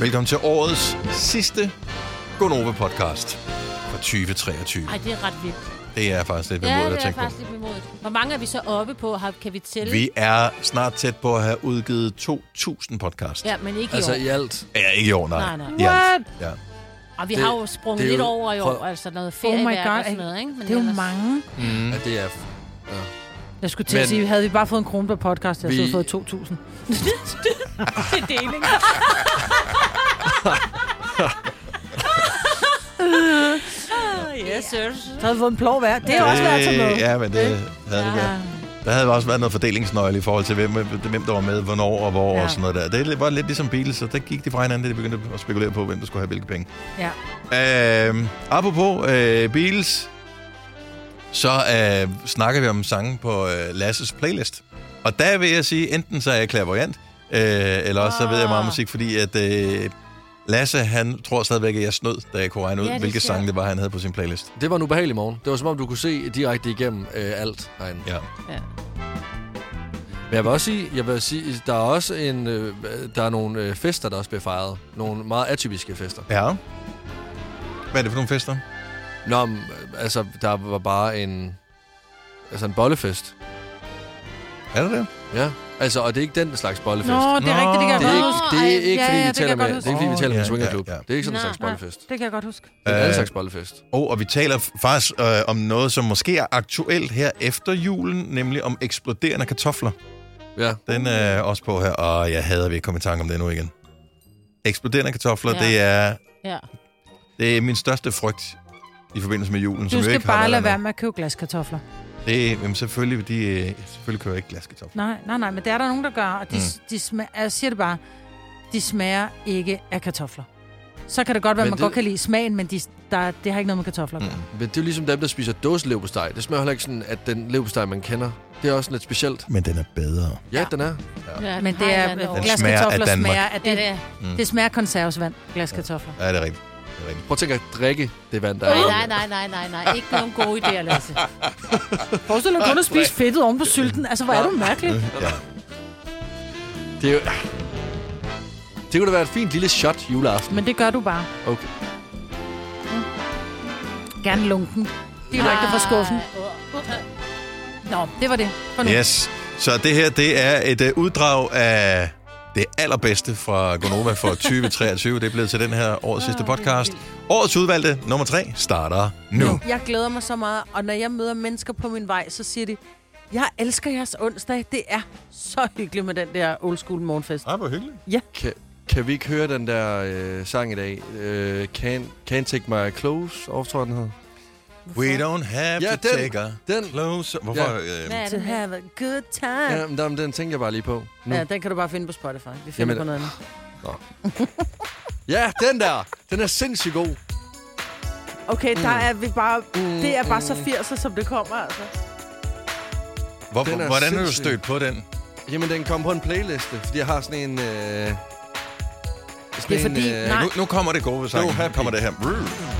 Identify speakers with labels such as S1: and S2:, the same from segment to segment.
S1: Velkommen til årets sidste Gonova-podcast for 2023.
S2: Ej, det er ret vildt.
S1: Det er faktisk lidt
S2: Ja,
S1: vemodigt at
S2: det er
S1: tænke på.
S2: faktisk lidt bemodigt. Hvor mange er vi så oppe på? Har, kan vi tælle?
S1: Vi er snart tæt på at have udgivet 2.000 podcast.
S2: Ja, men ikke
S3: Altså
S2: i år.
S3: i alt.
S1: Ja, ikke i år, nej.
S2: Nej, nej.
S1: I alt. Ja.
S2: Og vi
S3: det-
S2: har jo sprunget
S3: det er
S2: lidt
S3: jo-
S2: over i år,
S3: for-
S2: altså noget
S4: Oh
S2: ferie
S4: my god,
S2: og sådan noget, ikke? Men
S4: det er jo mange.
S3: Mm. At det er...
S4: Jeg skulle til
S3: Men-
S4: at sige, havde vi bare fået en krone per podcast, jeg
S3: Vi-
S4: havde fået 2.000.
S2: til deling. yes, sir.
S4: Så havde vi fået en plov hver. Det har også været til noget.
S1: Det, ja, men det havde det været. Der havde også været noget fordelingsnøgle i forhold til, hvem, hvem der var med, hvornår og hvor ja.
S4: Ja.
S1: og sådan noget der. Det var lidt ligesom Beatles, så der gik de fra hinanden, da de begyndte at spekulere på, hvem der skulle have hvilke penge.
S4: Ja.
S1: Øh, apropos øh, Beatles, så øh, snakker vi om sange på øh, Lasses playlist. Og der vil jeg sige, enten så er jeg clairvoyant, øh, eller også så ved jeg meget
S4: Ah.
S1: om musik, fordi at øh, Lasse, han tror stadigvæk, at jeg snød, da jeg kunne regne ud,
S2: Ja,
S1: ja,
S2: det
S1: hvilke
S2: ser jeg.
S1: sange det var, han havde på sin playlist.
S3: Det var en ubehagelig morgen. Det var som om, du kunne se direkte igennem øh, alt. Nej, ja.
S1: Ja.
S3: Men jeg vil også sige, jeg vil sige der er også en, øh, der er nogle øh, fester, der også bliver fejret. Nogle meget atypiske fester.
S1: ja. Hvad er det for nogle fester?
S3: Nå, men, øh, altså, der var bare en... Altså en bollefest.
S1: Er det det?
S3: Ja. Altså, og det er ikke den slags bollefest.
S4: Nå, det er
S1: Nå.
S4: rigtigt, det kan jeg
S3: Det er
S4: godt
S3: ikke,
S4: huske.
S3: det er
S4: Ej,
S3: ikke
S4: ja,
S3: fordi,
S4: ja, det
S3: vi
S4: kan
S3: taler
S4: jeg
S3: med,
S4: godt
S3: det
S4: huske.
S3: er ikke, fordi, vi
S1: Åh,
S3: taler med
S1: ja,
S3: en swingerklub.
S1: ja, ja.
S3: Det er ikke sådan en
S2: Nej,
S3: slags
S2: nej.
S3: bollefest.
S4: Det kan jeg godt huske.
S3: Det er en anden
S1: Øh,
S3: slags bollefest.
S1: Og, og vi taler f- faktisk øh, om noget, som måske er aktuelt her efter julen, nemlig om eksploderende kartofler.
S3: Ja.
S1: Den er også på her, og jeg hader, at vi ikke kom i tanke om det nu igen. Eksploderende kartofler, ja.
S2: Ja.
S1: det, er,
S2: Ja.
S1: det er min største frygt i forbindelse med julen. som
S4: Du
S1: jo
S4: skal
S1: ikke har
S4: bare
S1: noget
S4: lade
S1: andet.
S4: være med at købe glaskartofler.
S1: Det, jamen selvfølgelig, de, øh, selvfølgelig kører jeg ikke glaskartofler.
S4: Nej, nej, nej, men det er der nogen, der gør, og de, mm. de smager, jeg siger det bare, de smager ikke af kartofler. Så kan det godt være,
S3: Men
S4: at man
S3: det-
S4: det... godt kan lide smagen, men de, der, det har ikke noget med kartofler
S1: Mm.
S4: at gøre.
S3: Men det er jo ligesom dem, der spiser dåseleverpostej. Det smager heller ikke sådan, at den leverpostej, man kender, det er også lidt specielt.
S1: Men den er bedre.
S3: Ja, ja. den er.
S2: Ja,
S4: Men det er,
S1: Den smager af
S4: glaskartofler
S1: Danmark.
S4: smager af
S2: Ja,
S4: det.
S2: det er.
S1: Mm.
S4: Det smager af konservesvand, glaskartofler.
S1: Ja, det er rigtigt. Det er rigtigt.
S3: Prøv at tænke at drikke det vand, der er.
S2: Nej, nej,
S3: i.
S2: nej, nej, nej, nej. Ikke nogen gode idéer, Lasse.
S4: Forestil dig kun at spise fedtet oven på sylten. Altså, hvor er du mærkelig.
S1: Ja.
S3: Det, er jo... det kunne da være et fint lille shot juleaften.
S4: Men det gør du bare.
S3: Okay.
S4: Gerne lunken. Direkte fra skuffen.
S2: Ah, uh,
S4: Nå, det var det. For nu.
S1: Yes. Så det her, det er et uh, uddrag af det allerbedste fra Gonova for 2023. Det er blevet til den her årets sidste podcast. Årets udvalgte nummer tre starter nu.
S4: nu. Jeg glæder mig så meget, og når jeg møder mennesker på min vej, så siger de, jeg elsker jeres onsdag. Det er så hyggeligt med den der old school morgenfest.
S1: Ah, hvor hyggeligt.
S3: Kan, kan vi ikke høre den der øh, sang i dag? Øh, can, Can't Take My Clothes off, tror jeg, den hedder.
S1: We don't have
S3: Ja,
S1: ja, to
S3: den.
S1: take her
S3: Den.
S1: close. Hvorfor? Ja. Øh,
S2: Hvad er
S4: To
S2: det med?
S4: have a good time.
S3: Ja, men den, den tænker jeg bare lige på. Nu.
S4: Ja,
S3: Ja.
S4: den kan du bare finde på Spotify. Vi finder på
S3: Jamen,
S4: noget andet.
S3: ja, den der. Den er sindssygt god.
S1: Mm.
S5: Okay, der er vi bare... Det er bare så 80'er, som det kommer, altså.
S1: hvor,
S3: Den er
S1: hvordan er du
S3: sindssyg.
S1: stødt på den?
S3: Jamen, den kom på en playliste, fordi jeg har sådan en... Øh, sådan
S4: Det er fordi- nej.
S1: Nu, nu kommer det gode ved sangen.
S3: No
S1: her
S3: happy.
S1: kommer det her. Brrr.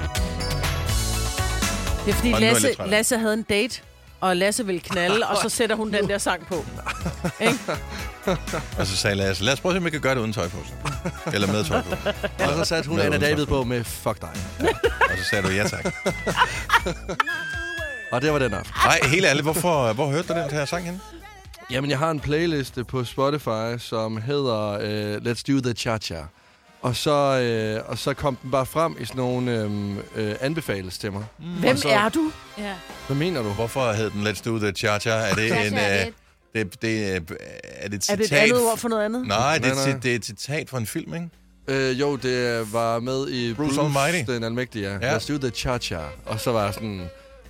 S4: Det er fordi
S1: Og nu er jeg
S4: Lasse,
S1: lidt træt.
S4: Lasse havde en date, og Lasse ville knalde, og så sætter hun den der sang på.
S1: Og så sagde Lasse, lad os prøve at se, om vi kan gøre det uden tøj på. så." Eller med tøj på.
S3: Og så satte hun
S1: Med
S3: Anna
S1: uden
S3: David
S1: tøj på.
S3: på med Fuck dig.
S1: Og så sagde du, ja tak.
S3: Og det var den aften.
S1: Nej, helt ærligt, hvorfor, hvor hørte du den her sang henne?
S3: Jamen, jeg har en playliste på Spotify, som hedder øh, Let's Do The Cha-Cha. Og så, øh, og så kom den bare frem i sådan nogle øhm, øh, anbefales til mig.
S2: Mm.
S1: Mm.
S4: Hvem
S3: Og så-
S4: er du?
S2: Ja.
S3: Hvad mener du?
S1: Hvorfor hed den Let's Do The Cha-Cha? Er det en...
S2: Cha-cha er
S1: øh,
S2: det.
S1: Det, det, øh, er det et
S5: Er
S1: citat?
S5: det et andet ord for noget andet?
S1: Nej, det er,
S3: Nej,
S1: nej,
S3: nej.
S1: det er et citat fra en film, ikke?
S3: Øh, jo, det var med i
S1: Bruce
S3: Bruce,
S1: Almighty.
S3: den almægtige. Ja.
S1: Ja.
S3: Let's Do The Cha-Cha. Og så var jeg sådan...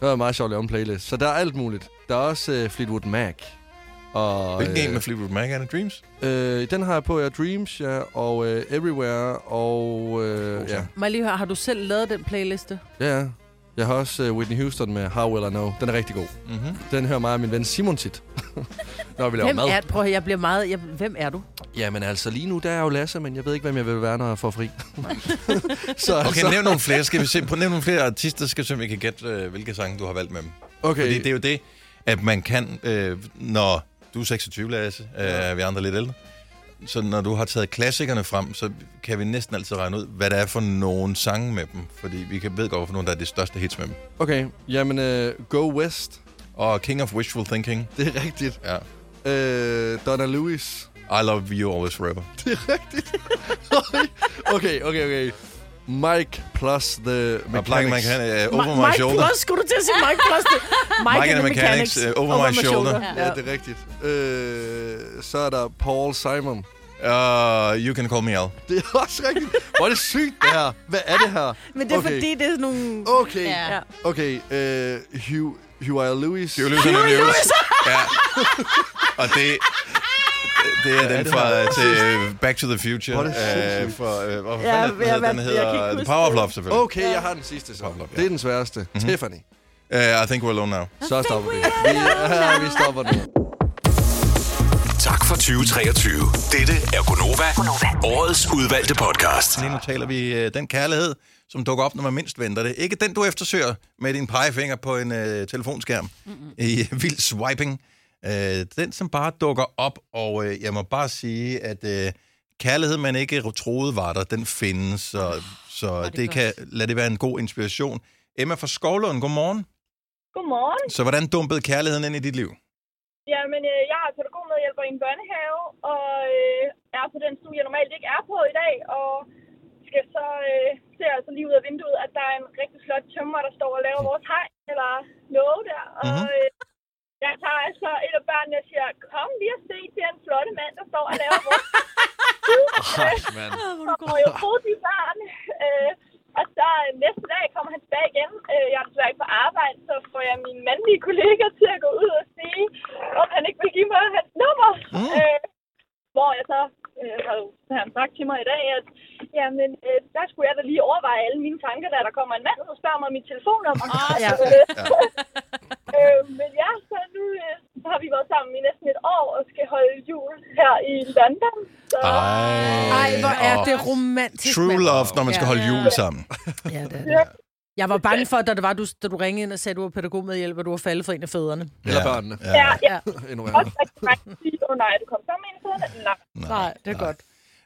S3: Det var meget sjovt at lave en playlist. Så der er alt muligt. Der er også øh, Fleetwood Mac. Og,
S1: Hvilken en med Fleetwood Mac er det? Dreams?
S3: Øh, den har jeg på, ja. Dreams, ja, og øh, Everywhere, og... Øh, ja.
S4: Må jeg lige høre, har du selv lavet den playliste?
S3: ja, ja. Jeg har også øh, Whitney Houston med How Will I Know. Den er rigtig god.
S1: Mm-hmm.
S3: Den hører mig og min ven Simon tit. når vi laver
S4: Hvem
S3: mad.
S4: er, prøv at høre, jeg bliver meget... Jeg, hvem er du?
S3: Jamen altså, lige nu der er jeg jo Lasse, men jeg ved ikke, hvem jeg vil være, når jeg får fri. så, altså-
S1: Okay,
S3: så,
S1: nævn nogle flere. Skal vi se, prøv, nævn nogle flere artister, skal vi se, om vi kan gætte, øh, hvilke sange du har valgt med dem.
S3: okay.
S1: Fordi det er jo det, at man kan, øh, når du er 26, Lasse, øh, vi andre er lidt ældre. så når du har taget klassikerne frem, så kan vi næsten altid regne ud, hvad der er for nogle sange med dem. Fordi vi kan ved godt, hvorfor nogle der er de største hits med dem.
S3: Okay, jamen øh, Go West.
S1: Og King of Wishful Thinking.
S3: Det er rigtigt.
S1: Ja.
S3: Øh, Donna Lewis.
S1: I love you always forever.
S3: Okay, okay, okay. Mike plus the
S1: Og Plank
S3: mechanics.
S1: Mechanic, uh,
S6: Mi-
S1: Over My
S6: Mike
S1: Shoulder.
S6: Plus, skulle du til at sige Mike Plus? Det. Mike,
S1: Mike and the Mechanics, øh, Over My Shoulder.
S3: Ja, det er rigtigt. Øh, så er der Paul Simon.
S1: Uh, you can call me Al.
S3: Det er også rigtigt. Hvor er det sygt, det her. Hvad er det her?
S6: Men det er
S3: okay.
S6: fordi, det er sådan nogle...
S3: Okay,
S7: Ja.
S3: okay. Øh, Hugh, Hugh I. Lewis.
S1: Huey Lewis and the News. Ja. Og det, det er den
S3: det
S1: fra
S3: her?
S1: til øh, Back to the Future.
S3: Hvor er det
S1: øh,
S3: sindssygt.
S1: for, øh, hvor
S6: Ja,
S1: ja, den,
S6: jeg
S1: hedder,
S6: vandt-
S1: den
S6: jeg kan ikke
S1: hedder The
S6: huske
S1: Power of
S6: det.
S1: Love, selvfølgelig.
S3: Okay, jeg har den sidste så.
S1: Pavlov, ja.
S3: Det er den sværeste. Mm-hmm. Tiffany.
S1: Uh, I think we're alone now.
S3: Så stopper vi. Vi, ja, vi stopper nu.
S8: Tak for 2023. Dette er Gonova, årets udvalgte podcast.
S1: Lige nu taler vi øh, den kærlighed, som dukker op, når man mindst venter det. Ikke den, du eftersøger med din pegefinger på en øh, telefonskærm mm-hmm. i vild swiping. Øh, den, som bare dukker op, og øh, jeg må bare sige, at øh, kærlighed, man ikke troede var der, den findes. Og, så Ah, det,
S7: det
S1: det kan, lad det være en god inspiration. Emma fra Skovlund, godmorgen.
S9: Godmorgen.
S1: Så hvordan dumpede kærligheden ind i dit liv?
S9: Jamen, øh, jeg er pædagogmedhjælper i en børnehave, og øh, er på den studie, jeg normalt ikke er på i dag, og skal så øh, se altså lige ud af vinduet, at der er en rigtig flot tømmer, der står og laver vores hej, eller noget der. Og
S1: Mm. Mhm.
S9: øh, jeg tager altså et af børnene og siger, kom lige og se den flotte mand, der står og laver vores
S3: Ej, mand.
S9: og jo hovedet i barn. Øh, og så øh, næste dag kommer han tilbage igen. Øh, jeg er desværre ikke på arbejde, så får jeg min mandlige kollega til at gå ud og sige, om han ikke vil give mig hans nummer.
S1: Mm.
S9: Mm. Øh, hvor jeg så øh, har så har han sagt til mig i dag, at jamen, øh, der skulle jeg da lige overveje alle mine tanker, da der kommer en mand og spørger mig om mit telefonnummer.
S7: Åh,
S9: ja. øh, men ja, så nu øh, har vi været sammen i næsten et år og skal holde jul her i London. Så
S1: Ej,
S4: Ej, hvor er
S1: og
S4: det romantisk,
S1: True
S4: mand.
S1: love, når man skal
S7: Ja.
S1: holde jul sammen.
S4: Ja, det er det. Jeg var bange for, da, det var, du, da du ringede ind og sagde, at du var pædagog med hjælp, og du var faldet for en af fædrene.
S3: Eller børnene.
S9: ja, ja.
S3: Endnu
S9: godt
S3: værre.
S9: rigtig mange sige, åh nej, du kom sammen ind i fødderne. Nej.
S4: Nej, det er godt.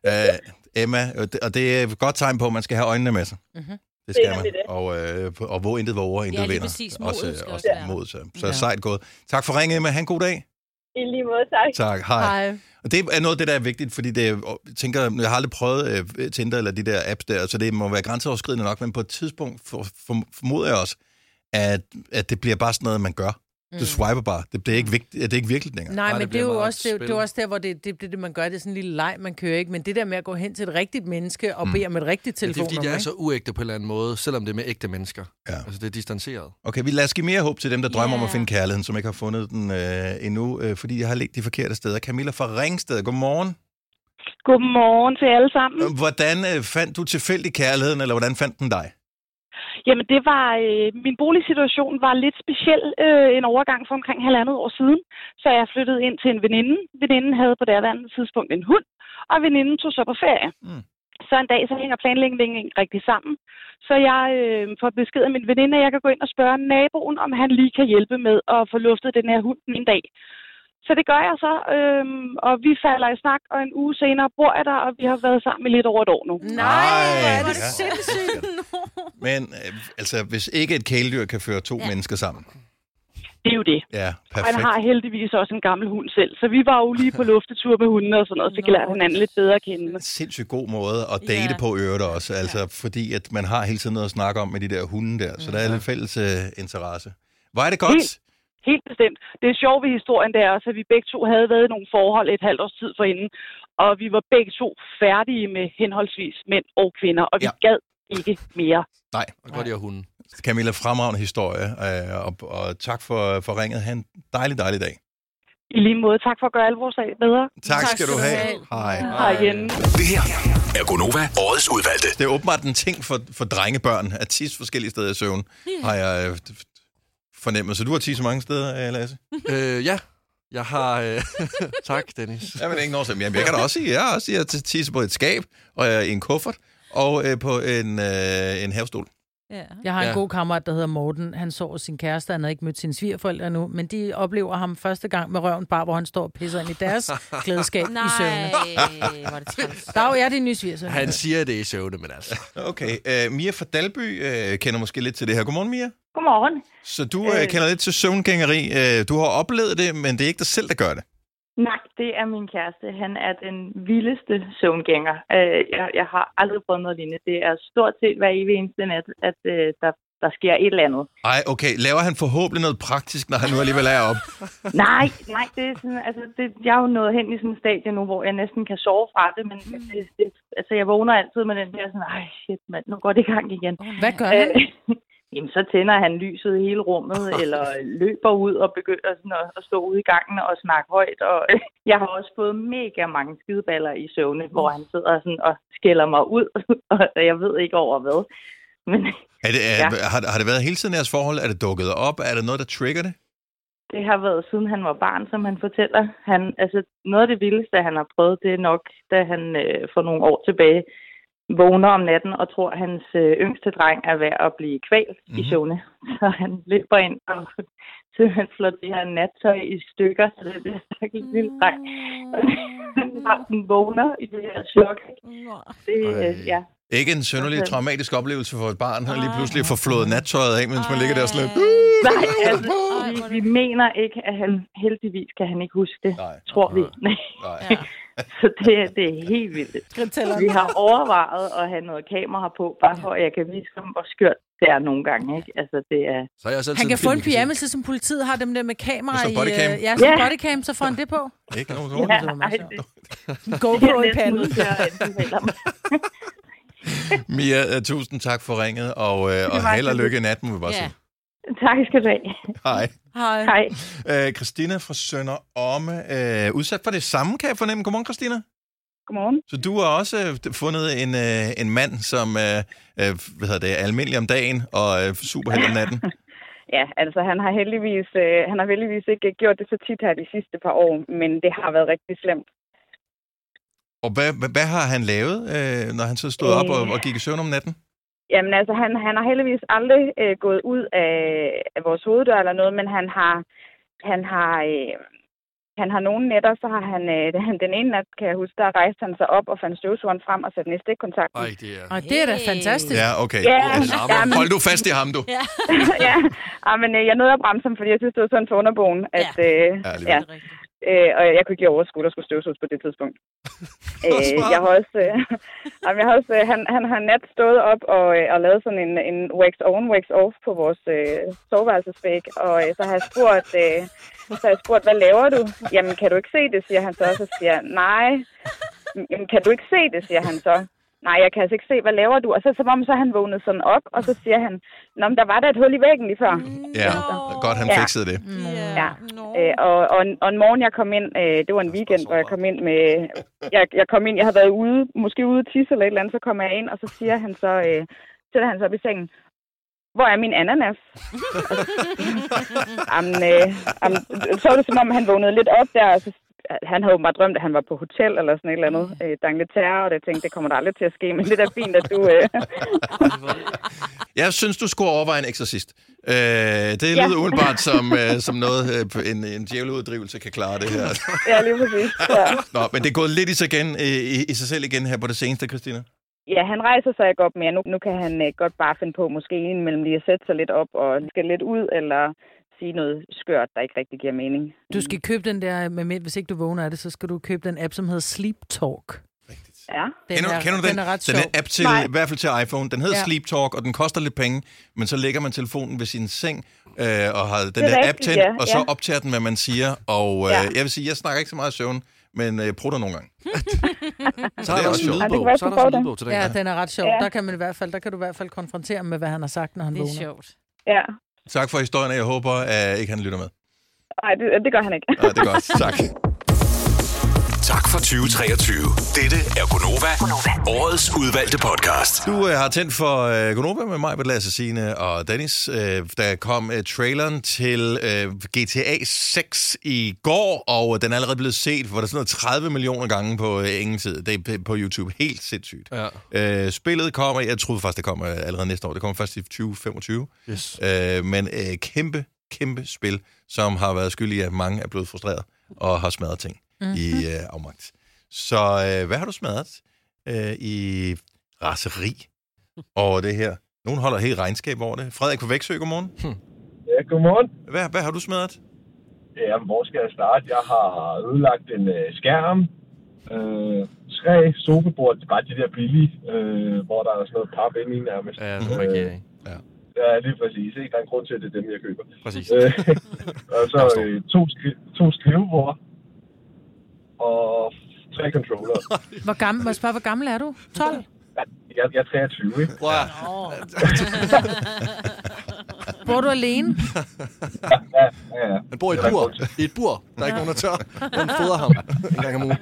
S1: Øh, Emma, og det- og det er et godt tegn på, at man skal have øjnene med sig. Mm-hmm. Det skal
S9: Det er
S1: man.
S9: det, det.
S1: Og, øh, på- og hvor intet var over, intet
S7: Ja, lige
S1: vinder.
S7: præcis. Modet
S1: Også,
S7: skal også
S1: øh, også
S7: være der.
S1: mod, så, så
S4: Ja.
S1: sejt gået. Tak for ringen, Emma. Ha' en god dag.
S9: I lige måde, tak.
S1: Tak. Hej.
S4: Ej.
S1: Og det er noget af det, der er vigtigt, fordi det, er- og jeg tænker, jeg har aldrig prøvet øh, Tinder eller de der apps der, så det må være grænseoverskridende nok, men på et tidspunkt for, for, formoder jeg også, at, at det bliver bare sådan noget, man gør. Du swiper bare. Det, det, er, ikke vigtigt, det er ikke virkeligt længere.
S4: Mm. Nej,
S3: Nej,
S4: men
S3: det
S4: det, er
S3: bliver
S4: jo
S3: meget
S4: også, det, er jo- det er
S3: spil.
S4: jo også der, hvor det, det, det, det, man gør. Det er sådan en lille leg, man kører ikke. Men det der med at gå hen til et rigtigt menneske og bede om et rigtigt
S3: Det er fordi,
S4: telefonnummer,
S3: det er
S4: ikke?
S3: så uægte på en eller anden måde, selvom det er med ægte mennesker.
S1: Ja.
S3: Altså, det er distanceret.
S1: Okay, vi lad os give mere håb til dem, der drømmer om at
S7: Ja.
S1: finde kærligheden, som ikke har fundet den øh, endnu, øh, fordi jeg har ligget de forkerte steder. Camilla fra Ringsted, godmorgen.
S10: Mm. Godmorgen til alle sammen.
S1: Mm. Hvordan øh, fandt du tilfældig kærligheden, eller hvordan fandt den dig?
S10: Jamen, det var, øh, min boligsituation var lidt speciel øh, en overgang for omkring halvandet år siden. Så jeg flyttede ind til en veninde. Veninden havde på derværende tidspunkt en hund, og veninden tog så på ferie.
S1: Mm.
S10: Mm. Så en dag, så hænger planlægningen ikke rigtig sammen. Så jeg øh, får besked af min veninde, at jeg kan gå ind og spørge naboen, om han lige kan hjælpe med at få luftet den her hund en dag. Så det gør jeg så, øhm, og vi falder i snak, og en uge senere bor jeg der, og vi har været sammen i lidt over et år nu.
S1: Ej,
S4: Nej, hvor er det
S1: ja.
S4: sindssygt.
S1: Men øh, altså, hvis ikke et kæledyr kan føre to ja. mennesker sammen.
S10: Det er jo det.
S1: Ja,
S10: Han
S1: perfekt.
S10: har heldigvis også en gammel hund selv, så vi var jo lige på luftetur med hundene og sådan noget, så kan
S4: Nå.
S10: lære hinanden lidt bedre at kende.
S1: Sindssygt god måde at date
S7: Ja.
S1: på øret også, altså fordi at man har hele tiden noget at snakke om med de der hunde der, så der er lidt fælles øh, interesse. Hvor er det godt?
S10: Mm. Helt. Helt bestemt. Det sjove ved historien, det er også, at vi begge to havde været i nogle forhold et halvt års tid forinden, og vi var begge to færdige med henholdsvis mænd og kvinder, og vi
S1: Ja.
S10: ja. gad ikke mere.
S1: Nej,
S3: Og godt, jeg er hunden.
S1: Camilla, fremragende historie, øh, og, og tak for, for ringet. Ha' en dejlig, dejlig dag.
S10: I lige måde, tak for at gøre alle vores sag bedre.
S1: Tak, tak skal du have. Hej.
S10: Hej igen.
S8: Det her er Gonova, årets udvalgte.
S1: Det er åbenbart en ting for, for drengebørn at tisse forskellige steder i søvn, har jeg øh, f- f- fornemmet. Så du har tisset mange steder, øh, Lasse?
S3: øh, ja, jeg har... Øh, tak, Dennis.
S1: Ja, men det er ingen årsag. Jamen, jeg kan da også sige, jeg har også sige, at jeg tisser på et skab, og øh, i en kuffert, og øh, på en, øh, en havestol.
S2: Ja.
S4: Jeg har en
S3: Ja.
S4: ja. god kammerat, der hedder Morten. Han sover sin kæreste, han har ikke mødt sine svigerforældre nu, men de oplever ham første gang med røven bare, hvor han står og pisser ind i deres klædeskab
S2: Nej,
S4: i søvne.
S2: hvor er det træls.
S4: Dag, jeg er din nye svigersøn.
S3: Han siger det er i søvne, men altså.
S1: Okay, øh, Mia fra Dalby øh, kender måske lidt til det her. Godmorgen, Mia.
S11: Godmorgen.
S1: Så du øh,
S11: Øh.
S1: kender lidt til søvngængeri. Øh, du har oplevet det, men det er ikke dig selv, der gør det.
S11: Nej, det er min kæreste. Han er den vildeste søvngænger. Øh, jeg, jeg har aldrig prøvet noget lignende. Det er stort set hver evig eneste nat, at øh, der, der sker et eller andet.
S1: Ej, okay. Laver han forhåbentlig noget praktisk, når han nu alligevel er op?
S11: nej, nej, det er sådan, altså, det, jeg er jo nået hen i sådan en stadie nu, hvor jeg næsten kan sove fra det, men det, det, altså, jeg vågner altid med den der sådan, ej shit mand, nu går det i gang igen.
S4: Hvad gør han?
S11: Øh, Jamen, så tænder han lyset i hele rummet, eller løber ud og begynder sådan at, at stå ude i gangen og snakke højt. Og jeg har også fået mega mange skideballer i søvne, hvor han sidder sådan og skælder mig ud, og jeg ved ikke over hvad. Men
S1: Er det, er,
S11: Ja.
S1: ja. har, har det været hele tiden i jeres forhold? Er det dukket op? Er der noget, der trigger det?
S11: det har været siden han var barn, som han fortæller. Han, altså, noget af det vildeste, han har prøvet, det er nok, da han øh, for nogle år tilbage vågner om natten og tror, at hans øh, yngste dreng er ved at blive kvalt mm-hmm. i
S1: Mhm.
S11: søvne. Så han løber ind og simpelthen flår det her nattøj i stykker, så det bliver stakkels lille dreng. Han bare sådan vågner i det her chok. Det, øh,
S3: Ej.
S11: ja.
S1: Ikke en synderlig
S11: Okay.
S1: traumatisk oplevelse for et barn, han lige
S2: Ej.
S1: pludselig får flået nattøjet af, mens man ligger der og slår.
S11: Nej, altså,
S2: Ej, hvor er
S11: vi,
S2: det-
S11: vi mener ikke, at han heldigvis kan han ikke huske det.
S1: Nej,
S11: Tror vi.
S1: nej.
S2: Ja.
S11: Så det, er- det er helt vildt. Vi har overvejet at have noget kamera på, bare for at jeg kan vise dem, hvor skørt det er nogle gange. Ikke? Altså, det er...
S3: Så er jeg også altid
S4: Han kan
S3: film,
S4: få en
S3: vi se.
S4: pyjamas, som politiet har dem der med kamera
S1: Som
S4: i...
S1: bodycam.
S4: øh, Ja, som
S11: Ja.
S4: bodycam, så får han det på.
S1: Ikke nogen
S4: Ja.
S1: dårligt.
S4: det var
S11: ej,
S4: meget sjovt.
S11: det-
S4: GoPro i
S11: det er næsten
S4: panden.
S11: nødt til at anbefale mig.
S1: Mia, uh, tusind tak for ringet, og, øh, og
S11: var
S1: held og
S11: så
S1: lykke i nat, må vi bare
S2: Ja.
S1: sige.
S11: Tak skal du have.
S1: Hej.
S4: Hej.
S11: Hej.
S1: Øh, Christina fra Sønder Omme, øh, udsat for det samme, kan jeg fornemme. Godmorgen, Christina.
S12: Godmorgen.
S1: Så du har også øh, fundet en, øh, en mand, som øh, øh, hvad hedder det, er almindelig om dagen og øh, super om natten.
S12: Ja, altså han har heldigvis, øh, han har heldigvis ikke gjort det så tit her de sidste par år, men det har været rigtig slemt.
S1: Og hvad, hvad, hvad har han lavet, øh, når han så stod op og, og gik i søvn om natten?
S12: Jamen altså, han, han har heldigvis aldrig øh, gået ud af, af vores hoveddør eller noget, men han har, han har, øh, han har nogle nætter, så har han, øh, den- den ene nat, kan jeg huske, der rejste han sig op og fandt støvsugeren frem og satte den i stikkontakten.
S3: Ej, det er...
S4: Og det er da
S2: Hey.
S4: fantastisk.
S1: Ja, okay.
S12: Ja,
S1: Altså,
S12: ja, men-
S1: Hold du fast i ham, du.
S12: ja, Ej, men øh, jeg nåede at bremse ham, fordi jeg synes, det var sådan for underbogen, at,
S2: Ja.
S12: øh,
S1: Ærligt.
S12: ja, øh, og jeg kunne ikke lige overskue, der skulle støvsuges på det tidspunkt. øh, jeg har også, øh, jamen, jeg har også øh, han, han har nat stået op og, øh, og lavet sådan en, en wax on, wax off på vores øh, soveværelsesvæg, og øh, så har jeg spurgt, øh, så har jeg spurgt, hvad laver du? Jamen, kan du ikke se det, siger han så, og så siger jeg, nej. Jamen, kan du ikke se det, siger han så. Nej, jeg kan altså ikke se, hvad laver du? Og så som om, så er han vågnet sådan op, og så siger han, Nå, men der var der et hul i væggen lige før.
S1: Ja, godt han
S12: Ja.
S1: fikset det.
S12: Ja. Øh, og, og, en, og en morgen, jeg kom ind, øh, det var en weekend, hvor jeg kom ind med, jeg, jeg kom ind, jeg havde været ude, måske ude at tisse eller et eller andet, så kommer jeg ind, og så siger han så, øh, sætter han sig op i sengen, hvor er min ananas? jamen, øh, jamen, så var det som om, han vågnede lidt op der, og så, han havde åbenbart drømt, at han var på hotel eller sådan et eller andet, øh, dangletær, og det tænkte, det kommer der aldrig til at ske, men det er da fint, at du... Øh,
S1: Jeg synes, du skulle overveje en eksorcist. Øh, det lyder umiddelbart som, øh, som noget, øh, en, en djævleuddrivelse kan klare det her.
S12: ja, lige præcis. Så.
S1: Nå, men det er gået lidt i sig, igen, øh, i, i sig selv igen her på det seneste, Christina.
S12: Ja, han rejser sig ikke op mere. Nu, nu kan han øh, godt bare finde på måske indimellem lige at sætte sig lidt op og skal lidt ud, eller sige noget skørt, der ikke rigtig giver mening.
S4: Du skal købe den der, med mind, hvis ikke du vågner af det, så skal du købe den app, som hedder Sleep Talk.
S12: Ja.
S4: Den
S1: kender,
S4: er,
S1: kender du den?
S4: Den er ret
S1: den
S4: sjov.
S1: er app til,
S12: Nej.
S1: i hvert fald til iPhone. Den hedder ja.
S4: Ja.
S1: Sleep Talk, og den koster lidt penge, men så lægger man telefonen ved sin seng, øh, og har den der app
S12: rigtigt,
S1: til,
S12: ja,
S1: og så
S12: ja.
S1: optager den, hvad man siger. Og øh,
S12: Ja.
S1: jeg vil sige, jeg snakker ikke så meget søvn, men øh, prutter nogle gange.
S3: Så er
S1: det er sjovt.
S3: der også en
S12: Ej, det kan
S3: lydbog.
S12: være,
S3: Så er der
S12: jeg
S3: også en
S12: får
S3: lydbog til den.
S4: Ja,
S3: her.
S4: den er ret sjov.
S12: Ja.
S4: Der kan, man i hvert fald, der kan du i hvert fald konfrontere ham med, hvad han har sagt, når han
S2: Det er
S4: vågner.
S2: sjovt.
S12: Ja.
S1: Tak for historien, og jeg håber, at ikke han lytter med.
S12: Ej, det, det gør han ikke.
S1: Ja, det er godt. Tak.
S8: Tak for 2023. Dette er Gunova, årets udvalgte podcast.
S1: Du øh, har tændt for øh, Gonova med mig, med Lasse Signe og Dennis. Øh, der kom øh, traileren til øh, GTA 6 i går, og den er allerede blevet set, hvor der er sådan noget 30 millioner gange på øh, ingen tid. Det er på YouTube helt sindssygt.
S3: Ja.
S1: Øh, spillet kommer, jeg troede faktisk, det kommer øh, allerede næste år. Det kommer først i 2025.
S3: Yes.
S1: Øh, men øh, kæmpe, kæmpe spil, som har været skyld i, at mange er blevet frustreret og har smadret ting mm. i øh, afmagt. Så øh, hvad har du smadret øh, i raseri over det her? Nogen holder helt regnskab over det. Frederik på Vægtsø,
S3: Hm.
S1: godmorgen.
S13: Ja, godmorgen.
S1: Hvad, hvad har du smadret?
S13: Jamen, hvor skal jeg starte? Jeg har ødelagt en øh, skærm, øh, tre sofabord, det er bare de der billige, øh, hvor der er sådan noget pap inde i nærmest. Øh,
S3: Ja, det markerer jeg.
S13: Ja, lige præcis. Ikke? Der er en grund til, at det er dem, jeg køber.
S3: Præcis.
S13: Øh, og så
S3: Jeg forstår.
S13: øh, to, skri- to skrivebord og tre controller.
S4: Hvor gammel, må jeg spørge, hvor gammel er du? 12?
S13: Jeg, jeg er 23, ikke?
S3: Prøv at,
S4: Bor du alene?
S13: Ja, ja, ja.
S3: han bor i et bur. I et bur. Der er ikke nogen, der tør. Han fodrer ham en gang om ugen.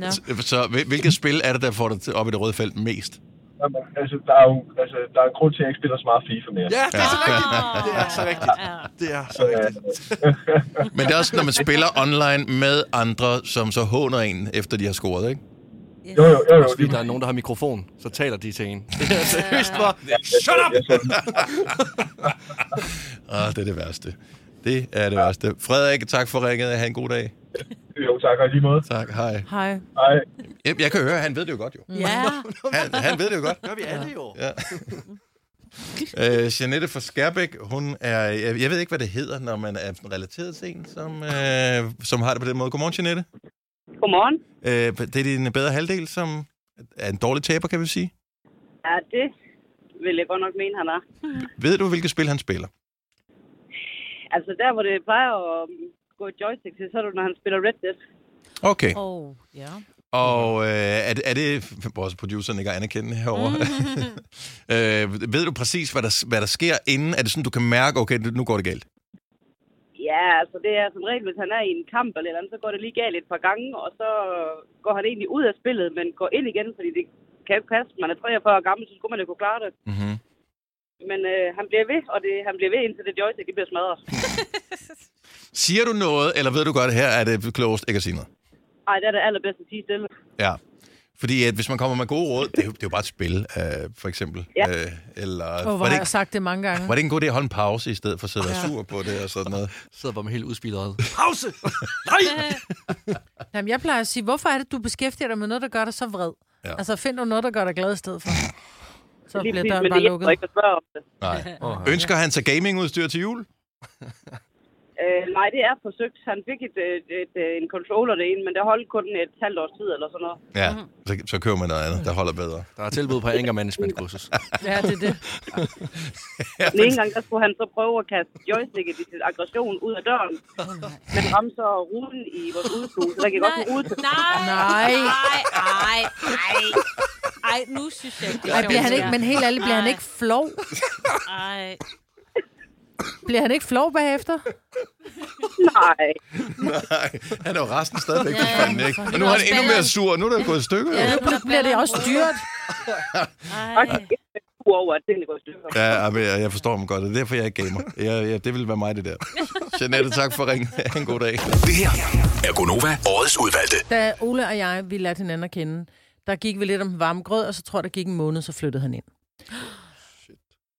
S4: Nå.
S1: Så hvil- hvilket spil er det, der får dig til- op i det røde felt mest?
S13: Jamen, altså, der er jo altså, der er en grund til, at jeg ikke spiller så meget FIFA mere.
S3: Ja, det er så rigtigt. Det er så rigtigt. Det er så rigtigt.
S1: Men det er også, når man spiller online med andre, som så håner en, efter de har scoret, ikke?
S13: Jo, jo, jo. jo
S3: Også fordi der er nogen, der har mikrofon, så taler de til en. Det er seriøst, hvor... Shut up!
S13: Jeg, jeg,
S1: Ah, det er det værste. Det er det værste. Frederik, tak for ringet. Ha' en god dag.
S13: jo, tak, og i lige måde.
S1: Tak, hej.
S4: Hej.
S13: Hej.
S1: Jeg, jeg kan høre, han ved det jo godt, jo.
S2: Ja,
S1: Han, han ved det jo godt.
S3: Gør vi alle jo.
S1: Ja. øh, Jeanette fra Skærbæk, hun er... Jeg, jeg ved ikke, hvad det hedder, når man er sådan relateret til en, som, øh, som har det på den måde. Godmorgen, Jeanette.
S12: Godmorgen.
S1: Øh, det er din bedre halvdel, som er en dårlig taber, kan vi sige.
S12: Ja, det vil jeg godt nok mene, han er.
S1: Ved du, hvilket spil han spiller?
S12: Altså, der hvor det plejer at gå et joystick til, så er det, når han spiller Red Dead.
S1: Okay.
S2: oh, ja.
S1: Og øh, er, det- er det... Vores produceren ikke er anerkendende herovre. øh, ved du præcis, hvad der, hvad der sker inden? Er det sådan, du kan mærke, okay, nu går det galt?
S12: Ja, altså det er som regel, hvis han er i en kamp eller et eller andet, så går det lige galt et par gange, og så går han egentlig ud af spillet, men går ind igen, fordi det kan jo ikke passe. Man er 43 år gammel, så skulle man jo kunne klare det.
S1: Mm-hmm.
S12: Men øh, han bliver ved, og det, han bliver ved, indtil det joystick det bliver smadret.
S1: Siger du noget, eller ved du godt, her er det klogest ikke at sige noget?
S12: Ej, det er det allerbedste at sige stille.
S1: Ja. Fordi at hvis man kommer med gode råd, det er jo, det er jo bare et spil, øh, for eksempel.
S12: Ja.
S1: Øh, eller,
S4: Åh, hvor
S1: var, det
S4: har jeg
S1: ikke,
S4: sagt det mange gange.
S1: var det ikke en god idé at holde en pause, i stedet for at sidde og være sur på det og sådan noget?
S3: Sidder bare med helt udspillet øjet. Pause! Nej!
S4: Øh. Jamen, jeg plejer at sige, hvorfor er det, du beskæftiger dig med noget, der gør dig så vred?
S1: Ja.
S4: Ja. Altså, find nu noget, der gør dig glad i stedet for. Så
S12: Lige
S4: bliver
S12: præcis,
S4: døren
S12: men det
S4: bare
S12: hjælper
S4: lukket.
S12: ikke at spørge om det.
S1: Nej.
S3: Åh,
S1: Ønsker han sig gamingudstyr til jul?
S12: Øh, nej, det er forsøgt. Han fik et, et, et, øh, en controller det ene, men der holdt kun et halvt års tid eller sådan noget.
S1: Ja, så, så køber man noget andet, der holder bedre.
S3: Der er tilbud på anger management kursus.
S4: Ja, det er det.
S12: Den ene gang, der skulle han så prøve at kaste joysticket i sin aggression ud af døren, men ramte så ruden i vores udstue, så der gik også en ud til
S2: Nej,
S4: Nej.
S2: nej, nej, nej. Ej, nu synes jeg ikke, det er
S4: Ej, bliver han
S2: sjovt,
S4: ikke,
S2: det
S4: men helt ærligt, bliver han
S2: Nej.
S4: ikke flov?
S2: her. Ej.
S4: Bliver han ikke flov bagefter?
S12: Nej,
S1: Nej, han er jo resten stadigvæk
S2: Ja,
S1: for fanden, ikke?
S2: for
S1: Og
S2: det
S1: nu er
S2: var
S1: han endnu mere
S2: spænderen.
S1: sur, og nu er der gået i stykker.
S2: Ja,
S1: Ja,
S2: nu der
S4: Bliver det
S2: blandet
S4: også
S2: brød.
S4: dyrt?
S2: Ej.
S12: faktisk ikke jeg er sur over, at den går i stykker.
S1: ja men jeg, jeg forstår ham godt, og det er derfor, jeg er ikke gamer. Ja, ja, det ville være mig, det der. Jeanette, tak for ringen. Ha' en god dag.
S8: Det her er Gunova, årets udvalgte.
S4: Da Ole og jeg, vi lærte hinanden at kende, der gik vi lidt om varmgrød, og så tror jeg, der gik en måned, så flyttede han ind.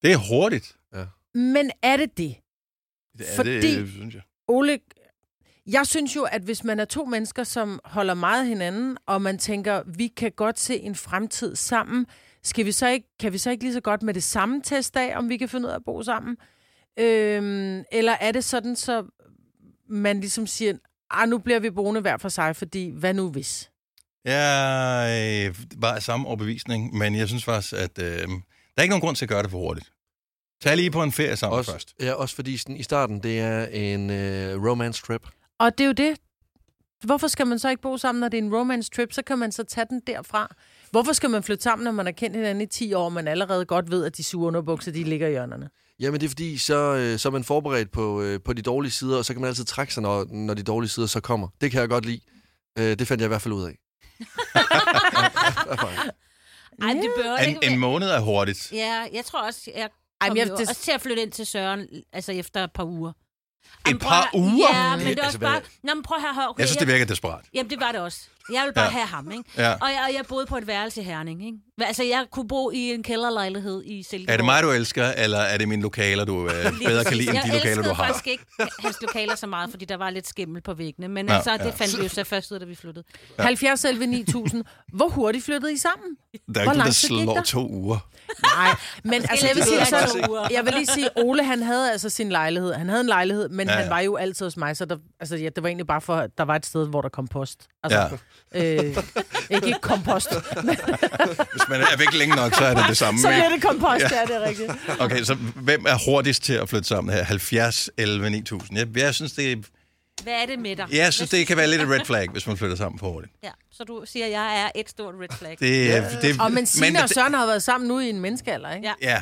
S1: Det er hurtigt.
S4: Men er det det?
S1: Det
S4: Fordi-
S1: det, synes jeg.
S4: Ole, jeg synes jo, at hvis man er to mennesker, som holder meget af hinanden, og man tænker, vi kan godt se en fremtid sammen, skal vi så ikke, kan vi så ikke lige så godt med det samme teste af, om vi kan finde ud af at bo sammen? Øhm, eller er det sådan, så man ligesom siger, ah, nu bliver vi boende hver for sig, fordi hvad nu hvis?
S1: Jeg øh, var af samme overbevisning, men jeg synes faktisk, at øh, der er ikke nogen grund til at gøre det for hurtigt. Tag lige på en ferie sammen også.
S3: Også,
S1: først.
S3: ja, også fordi sådan, i starten, det er en øh, romance trip.
S4: Og det er jo det. Hvorfor skal man så ikke bo sammen, når det er en romance trip? Så kan man så tage den derfra. Hvorfor skal man flytte sammen, når man har kendt hinanden i 10 år, og man allerede godt ved, at de sure underbukser, de ligger i hjørnerne?
S3: Jamen det er fordi, så, øh, så er man forberedt på, øh, på de dårlige sider, og så kan man altid trække sig, når, når de dårlige sider så kommer. Det kan jeg godt lide. Øh, det fandt jeg i hvert fald ud af.
S2: Ej, det behøver det
S1: En,
S2: ikke
S1: en
S2: være.
S1: måned er hurtigt.
S2: Ja, jeg tror også, jeg
S4: Ej,
S2: kom
S4: men
S2: jeg,
S4: jeg-
S2: jo
S4: det-
S2: også til at flytte ind til Søren altså efter et par uger.
S1: Et
S2: prøv
S1: par
S2: at-
S1: uger?
S2: Ja, men det er
S1: Altså,
S2: også
S1: hvad-
S2: bare... Nå, men prøv at høre, hør.
S1: Jeg synes, det virker desperat.
S2: Jamen, det var det også. Jeg ville bare
S1: Ja.
S2: ja. have ham, ikke?
S1: Ja.
S2: Og, jeg, og jeg boede på et værelse i Herning, ikke? Hva- Altså, jeg kunne bo i en kælderlejlighed i Silkeborg.
S1: Er det mig, du elsker, eller er det mine lokaler, du øh, bedre kan lide, end de lokaler, du
S2: Jeg
S1: har?
S2: elskede faktisk ikke hans lokaler så meget, fordi der var lidt skimmel på væggene. Men
S1: Nå,
S2: altså, det
S1: ja.
S2: fandt vi jo så først ud, af, da vi flyttede.
S4: 70 11 9000. Hvor hurtigt flyttede I sammen?
S1: Der er
S4: Hvor
S1: ikke,
S4: lang
S1: der
S4: tid gik
S1: slår
S4: der?
S1: to uger.
S4: Nej, men altså, jeg vil, sige,
S2: lidt mere end
S4: så,
S2: to uger.
S4: jeg vil lige sige, Ole, han havde altså sin lejlighed. Han havde en lejlighed, men
S1: Ja,
S4: ja,
S1: ja.
S4: han var jo altid hos mig, så der, altså, ja, det var egentlig bare for, at der var et sted, hvor der kom post. Altså, ja. øh, ikke kompost, men
S1: Hvis man er væk længe nok, så er det det samme.
S4: så
S1: ikke?
S4: bliver det kompost, ja, det er rigtigt.
S1: Okay, så hvem er hurtigst til at flytte sammen her? 70, 11, 9000. Jeg, jeg synes, det,
S2: Hvad er det med dig?
S1: jeg synes, det kan være lidt et red flag, hvis man flytter sammen for hurtigt.
S2: Ja, så du siger, at jeg er et stort red flag.
S1: Det, det,
S4: Og men Signe og Søren har været sammen nu i en menneskealder, ikke?
S2: Ja.
S1: Ja,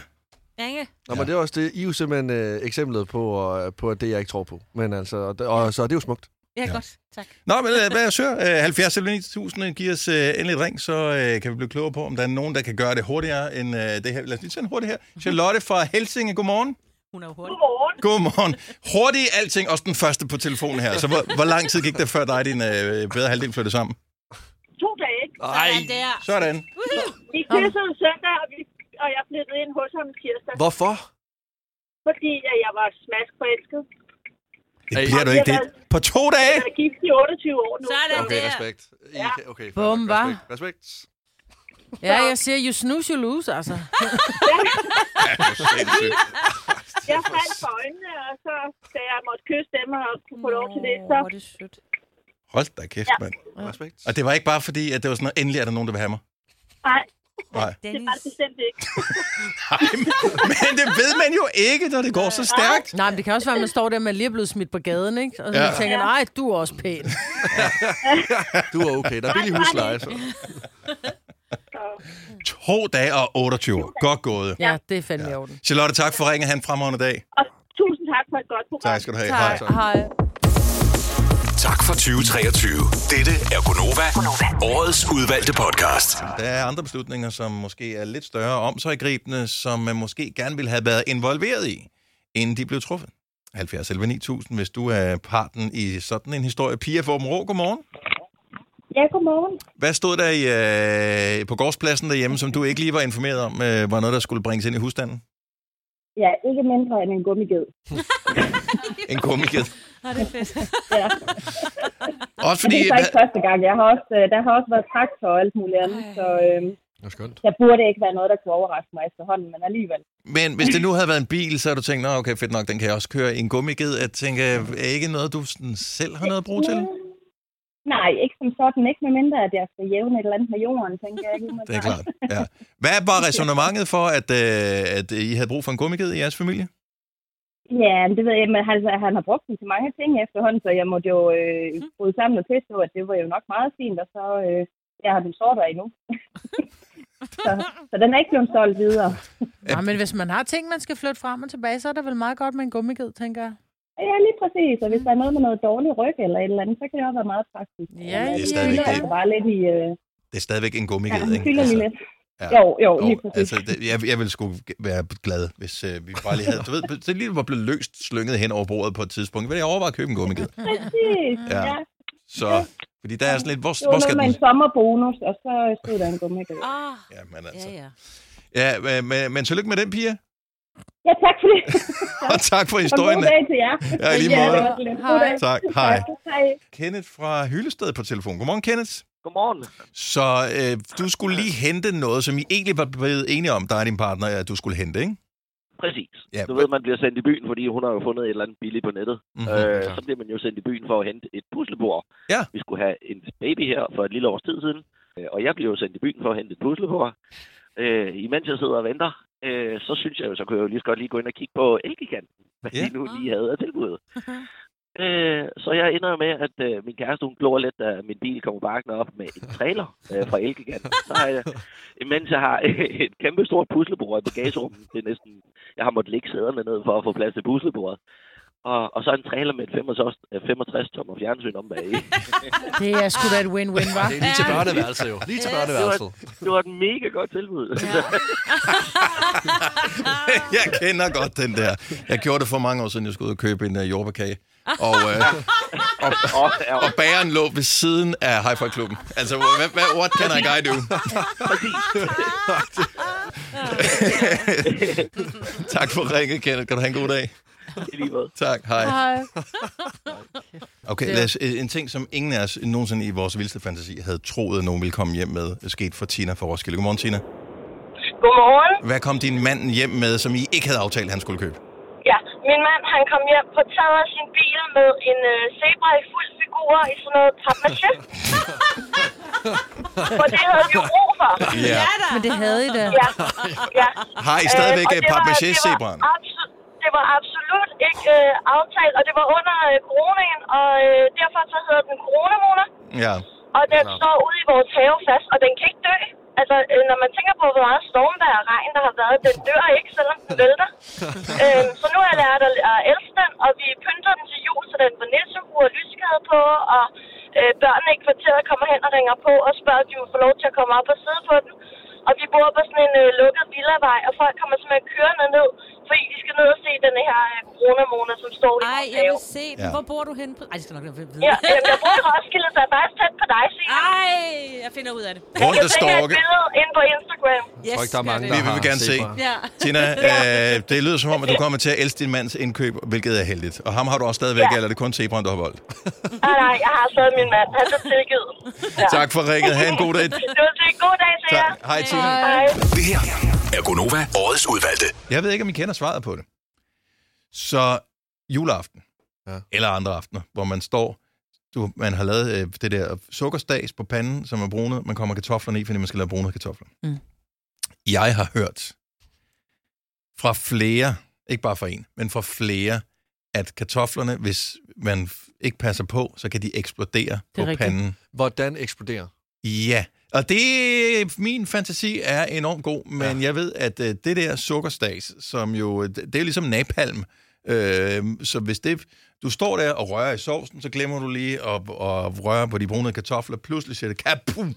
S2: Ja, ikke?
S3: Nå, men det er også det. I er jo simpelthen øh, eksemplet på, og, på det, jeg ikke tror på. Men altså, og, og så er det jo smukt.
S2: Ja, ja. godt. Tak.
S1: Nå, men øh, hvad er sør? Øh, 70 eller 9000, giv os øh, endelig et ring, så øh, kan vi blive klogere på, om der er nogen, der kan gøre det hurtigere end øh, det her. Lad os lige tage en hurtig her. Charlotte fra Helsinge, godmorgen.
S2: Hun er jo hurtig.
S9: Godmorgen.
S1: Godmorgen. Hurtig alting, også den første på telefonen her. Så hvor, hvor lang tid gik det, før dig og din øh, bedre halvdel flyttede sammen?
S9: To dage.
S3: Ej,
S2: Sådan der.
S1: Sådan.
S9: Vi kyssede søndag, og, vi, og jeg flyttede ind hos ham tirsdag,
S3: hvorfor?
S9: fordi at jeg var smaskforelsket.
S1: Det bliver du ikke det. På to dage?
S9: Jeg er gift i 28 år nu.
S2: Sådan
S3: Okay,
S2: der.
S3: respekt. I, kan- okay, fair
S4: Bum,
S3: nok.
S4: hva?
S3: respekt, respekt.
S4: Ja, jeg siger, you snooze, you lose, altså.
S9: Jeg faldt for øjnene, og så da jeg måtte kysse dem og kunne få lov til det, så
S2: Åh, hvor er det sødt.
S1: Hold da kæft, mand.
S3: respekt.
S1: Og det var ikke bare fordi, at det var sådan noget, endelig er der nogen, der vil have mig. Nej.
S9: nej, det var det
S2: Dennis.
S9: bestemt ikke.
S1: Men det ved man jo ikke, når det går så stærkt.
S4: Nej, men det kan også være, at man står der, man lige er blevet smidt på gaden, ikke? Og så
S1: Ja.
S4: ja. tænker, nej, du er også pæn.
S3: Du er okay. Der er billig husleje, så.
S1: To dage og 28 år. Godt gået.
S4: Ja, det er fandme ja. i orden.
S1: Charlotte, tak for ringen. Han fremragende dag.
S9: Og tusind tak for et godt program.
S1: Tak skal du have.
S4: Hej.
S1: Hej.
S4: Hej.
S8: Tak for 2023. Dette er Gonova, årets udvalgte podcast.
S1: Der er andre beslutninger, som måske er lidt større og omsaggribende, som man måske gerne ville have været involveret i, inden de blev truffet. 70 11 9000, hvis du er parten i sådan en historie. Pia fra Åben Rå, godmorgen.
S9: Ja, godmorgen.
S1: Hvad stod der i, øh, på gårdspladsen derhjemme, som du ikke lige var informeret om, øh, var noget, der skulle bringes ind i husstanden?
S9: Ja, ikke mindre end en gummiged.
S1: En gummiked.
S2: Nå, det er fedt.
S1: Også
S9: Men
S1: fordi...
S9: det er så ikke første gang. Jeg har også, øh, der har også været traktor og alt muligt andet, så øh,
S3: Det var skønt.
S9: der burde ikke være noget, der kunne overraske mig efterhånden, men alligevel.
S1: Men hvis det nu havde været en bil, så havde du tænkt, Nå, okay, fedt nok, den kan jeg også køre i en gummiged. At tænke, er ikke noget, du sådan selv har noget at bruge til?
S9: Mm. Nej, ikke som sådan. Ikke medmindre, at jeg skal jævne et eller andet med jorden, tænker jeg. ikke
S1: Det er
S9: umiddelbart.
S1: klart, ja. Hvad var resonemanget for, at, øh, at I havde brug for en gummiged i jeres familie?
S9: Ja, men det ved jeg, men altså, han har brugt den til mange ting efterhånden, så jeg måtte jo øh,
S1: Mm.
S9: bryde sammen og tilstå, at det var jo nok meget fint, og så øh, jeg har den sorter endnu. så, så den er ikke blevet solgt videre.
S4: Nej, men hvis man har ting, man skal flytte frem og tilbage, så er det vel meget godt med en gummiged, tænker jeg.
S9: Ja, lige præcis. Og hvis
S1: Mm.
S9: der er noget med noget dårlig ryg eller et eller andet, så kan det også være meget praktisk.
S4: Ja,
S9: Men
S4: det er
S1: stadigvæk
S9: fylder
S1: det.
S9: altså bare lidt i... Øh,
S1: Det er stadigvæk en
S9: ja,
S1: gummiged,
S9: den
S1: ikke? Altså,
S9: fylder lige lidt.
S1: ja.
S9: Jo, jo, lige
S1: Jo,
S9: præcis.
S1: altså, det, jeg, jeg ville sgu være glad, hvis øh, vi bare lige havde... Du ved, det lige var blevet løst slynget hen over bordet på et tidspunkt. Vil jeg overveje at købe en gummiged?
S9: Præcis,
S1: Ja.
S9: ja.
S1: Så, fordi der er sådan lidt...
S9: Det
S1: Hvor, hvor
S9: var noget
S1: skal
S9: med
S1: den...
S9: en sommerbonus, og så stod der en gummiged.
S2: Åh,
S1: Ja, men
S2: ja,
S1: altså.
S2: ja.
S1: Ja, men, men, men tillykke med den, Pia.
S9: Ja, tak for det.
S1: Og tak for
S9: Og
S1: historien.
S9: god dag til jer.
S1: Ja, i lige måde.
S9: det var så lidt. God dag.
S1: Tak, hej.
S9: Tak. Hej.
S1: Kenneth fra Hyllested på telefon. Godmorgen, Kenneth.
S14: Godmorgen.
S1: Så øh, du skulle lige hente noget, som I egentlig var blevet enige om, dig og din partner, at du skulle hente, ikke?
S14: Præcis.
S1: Ja,
S14: Du ved, man bliver sendt i byen, fordi hun har jo fundet et eller andet billigt på nettet.
S1: Mhm,
S14: Mm-hmm, øh, så bliver man jo sendt i byen for at hente et puslebord.
S1: Ja.
S14: Vi skulle have en baby her for et lille års tid siden. Øh, Og jeg bliver jo sendt i byen for at hente et puslebord. Øh, imens jeg sidder og venter, øh, så synes jeg jo, så kunne jeg jo lige så godt lige gå ind og kigge på Elgiganten. Hvad
S1: Ja.
S14: yeah. de nu lige havde af tilbud. Øh, så jeg ender med, at øh, min kæreste, hun glor lidt, da min bil kommer bakken op med en trailer øh, fra Elgiganten. Så har jeg, imens jeg har øh, et kæmpe stort puslebord i bagagerummet, det er næsten jeg har måttet lægge sæderne ned for at få plads til puslebordet. og, og så en trailer med et 65-tommer fjernsyn om bag.
S4: Det er sgu da et win-win, hva'?
S3: Det er lige til børneværelset jo. Lige til
S14: Ja.
S3: børneværelset.
S14: det var et mega godt tilbud.
S1: jeg kender godt den der. Jeg gjorde det for mange år siden, jeg skulle ud og købe en uh, jordbærkage. Og, øh, og,
S14: og,
S1: og bageren lå ved siden af hi fi klubben Altså, hvad, hvad, what can I guy do? tak for ringet, Kenneth. Kan du have en god dag? Tak, hej. Okay, lad os, øh, en ting, som ingen af os nogensinde i vores vildeste fantasi havde troet, at nogen ville komme hjem med, er sket for Tina fra Roskilde. Godmorgen, Tina.
S9: Godmorgen.
S1: Hvad kom din mand hjem med, som I ikke havde aftalt, han skulle købe?
S9: Ja, min mand han kom hjem på taget af sin bil med en øh, zebra i fuld figur i sådan noget papmaché. For det havde vi jo brug for.
S1: Ja. Ja
S4: Men det havde I da.
S9: Ja, ja.
S1: Har I stadigvæk,
S9: og
S1: øh,
S9: det var-
S1: papmaché-zebraen?
S9: det var abso- Det var absolut ikke øh, aftalt, og det var under øh, coronaen, og øh, derfor så hedder den coronamoner.
S1: Ja.
S9: Og den
S1: Nå.
S9: står ude i vores have fast, og den kan ikke dø. Altså, øh, når man tænker på, hvor meget stormvejr og regn, der har været, den dør ikke, selvom den vælter. øhm, så nu har jeg lært at, at elske den, og vi pynter den til jul, så den får nissehue og lyskade på, og øh, børnene i kvarteret kommer hen og ringer på og spørger, om de vil få lov til at komme op og sidde på den. Og vi bor på sådan en øh, lukket villavej, og folk kommer simpelthen kørende ned, fordi de skal ned og se den her øh, coronamåned, som står i
S2: Ej,
S9: vores
S2: jeg
S9: have.
S2: vil se den.
S1: Ja.
S2: Hvor bor du henne? På? Ej, det skal nok være vide.
S9: Ja, jamen, jeg bor i Roskilde, så jeg er faktisk tæt på dig, Signe.
S2: Ej, jeg finder ud af det.
S1: Rundt og
S9: Jeg
S1: storke.
S9: tænker et billede ind på Instagram.
S3: Jeg tror ikke, der er mange,
S1: Vi
S3: der
S1: vil
S3: har
S1: gerne se.
S3: zebraer.
S2: Ja.
S1: Tina, øh, det lyder som om, at du kommer til at elske din mands indkøb, hvilket er heldigt. Og ham har du også stadigvæk,
S9: Ja.
S1: ja. eller er det kun zebraen, du har voldt?
S9: Nej, nej, jeg har stadig min mand. Han er tilgivet. Ja.
S1: Tak for ringet. Ha' en god dag.
S9: Det var det. God dag til jer.
S1: Tak. Hej, Tina.
S9: Hej.
S8: Det her er Gonova, årets udvalgte.
S1: Jeg ved ikke, om I kender svaret på det. Så juleaften,
S3: Ja.
S1: ja. eller andre aftener, hvor man står, du, man har lavet øh, det der sukkerstags på panden, som er brunet, man kommer kartoflerne i, fordi man skal lave brunede kartofler.
S4: Mm.
S1: Mm. Jeg har hørt fra flere, ikke bare fra en, men fra flere, at kartoflerne, hvis man f- ikke passer på, så kan de eksplodere på
S4: rigtigt.
S1: rigtigt. panden.
S3: Hvordan eksploderer?
S1: Ja, og det, min fantasi er enormt god, men ja. jeg ved, at øh, det der sukkerstas, som jo, øh, det det er ligesom napalm, øh, så hvis det, du står der og rører i sovsen, så glemmer du lige at, at røre på de brune kartofler, pludselig siger det kapum,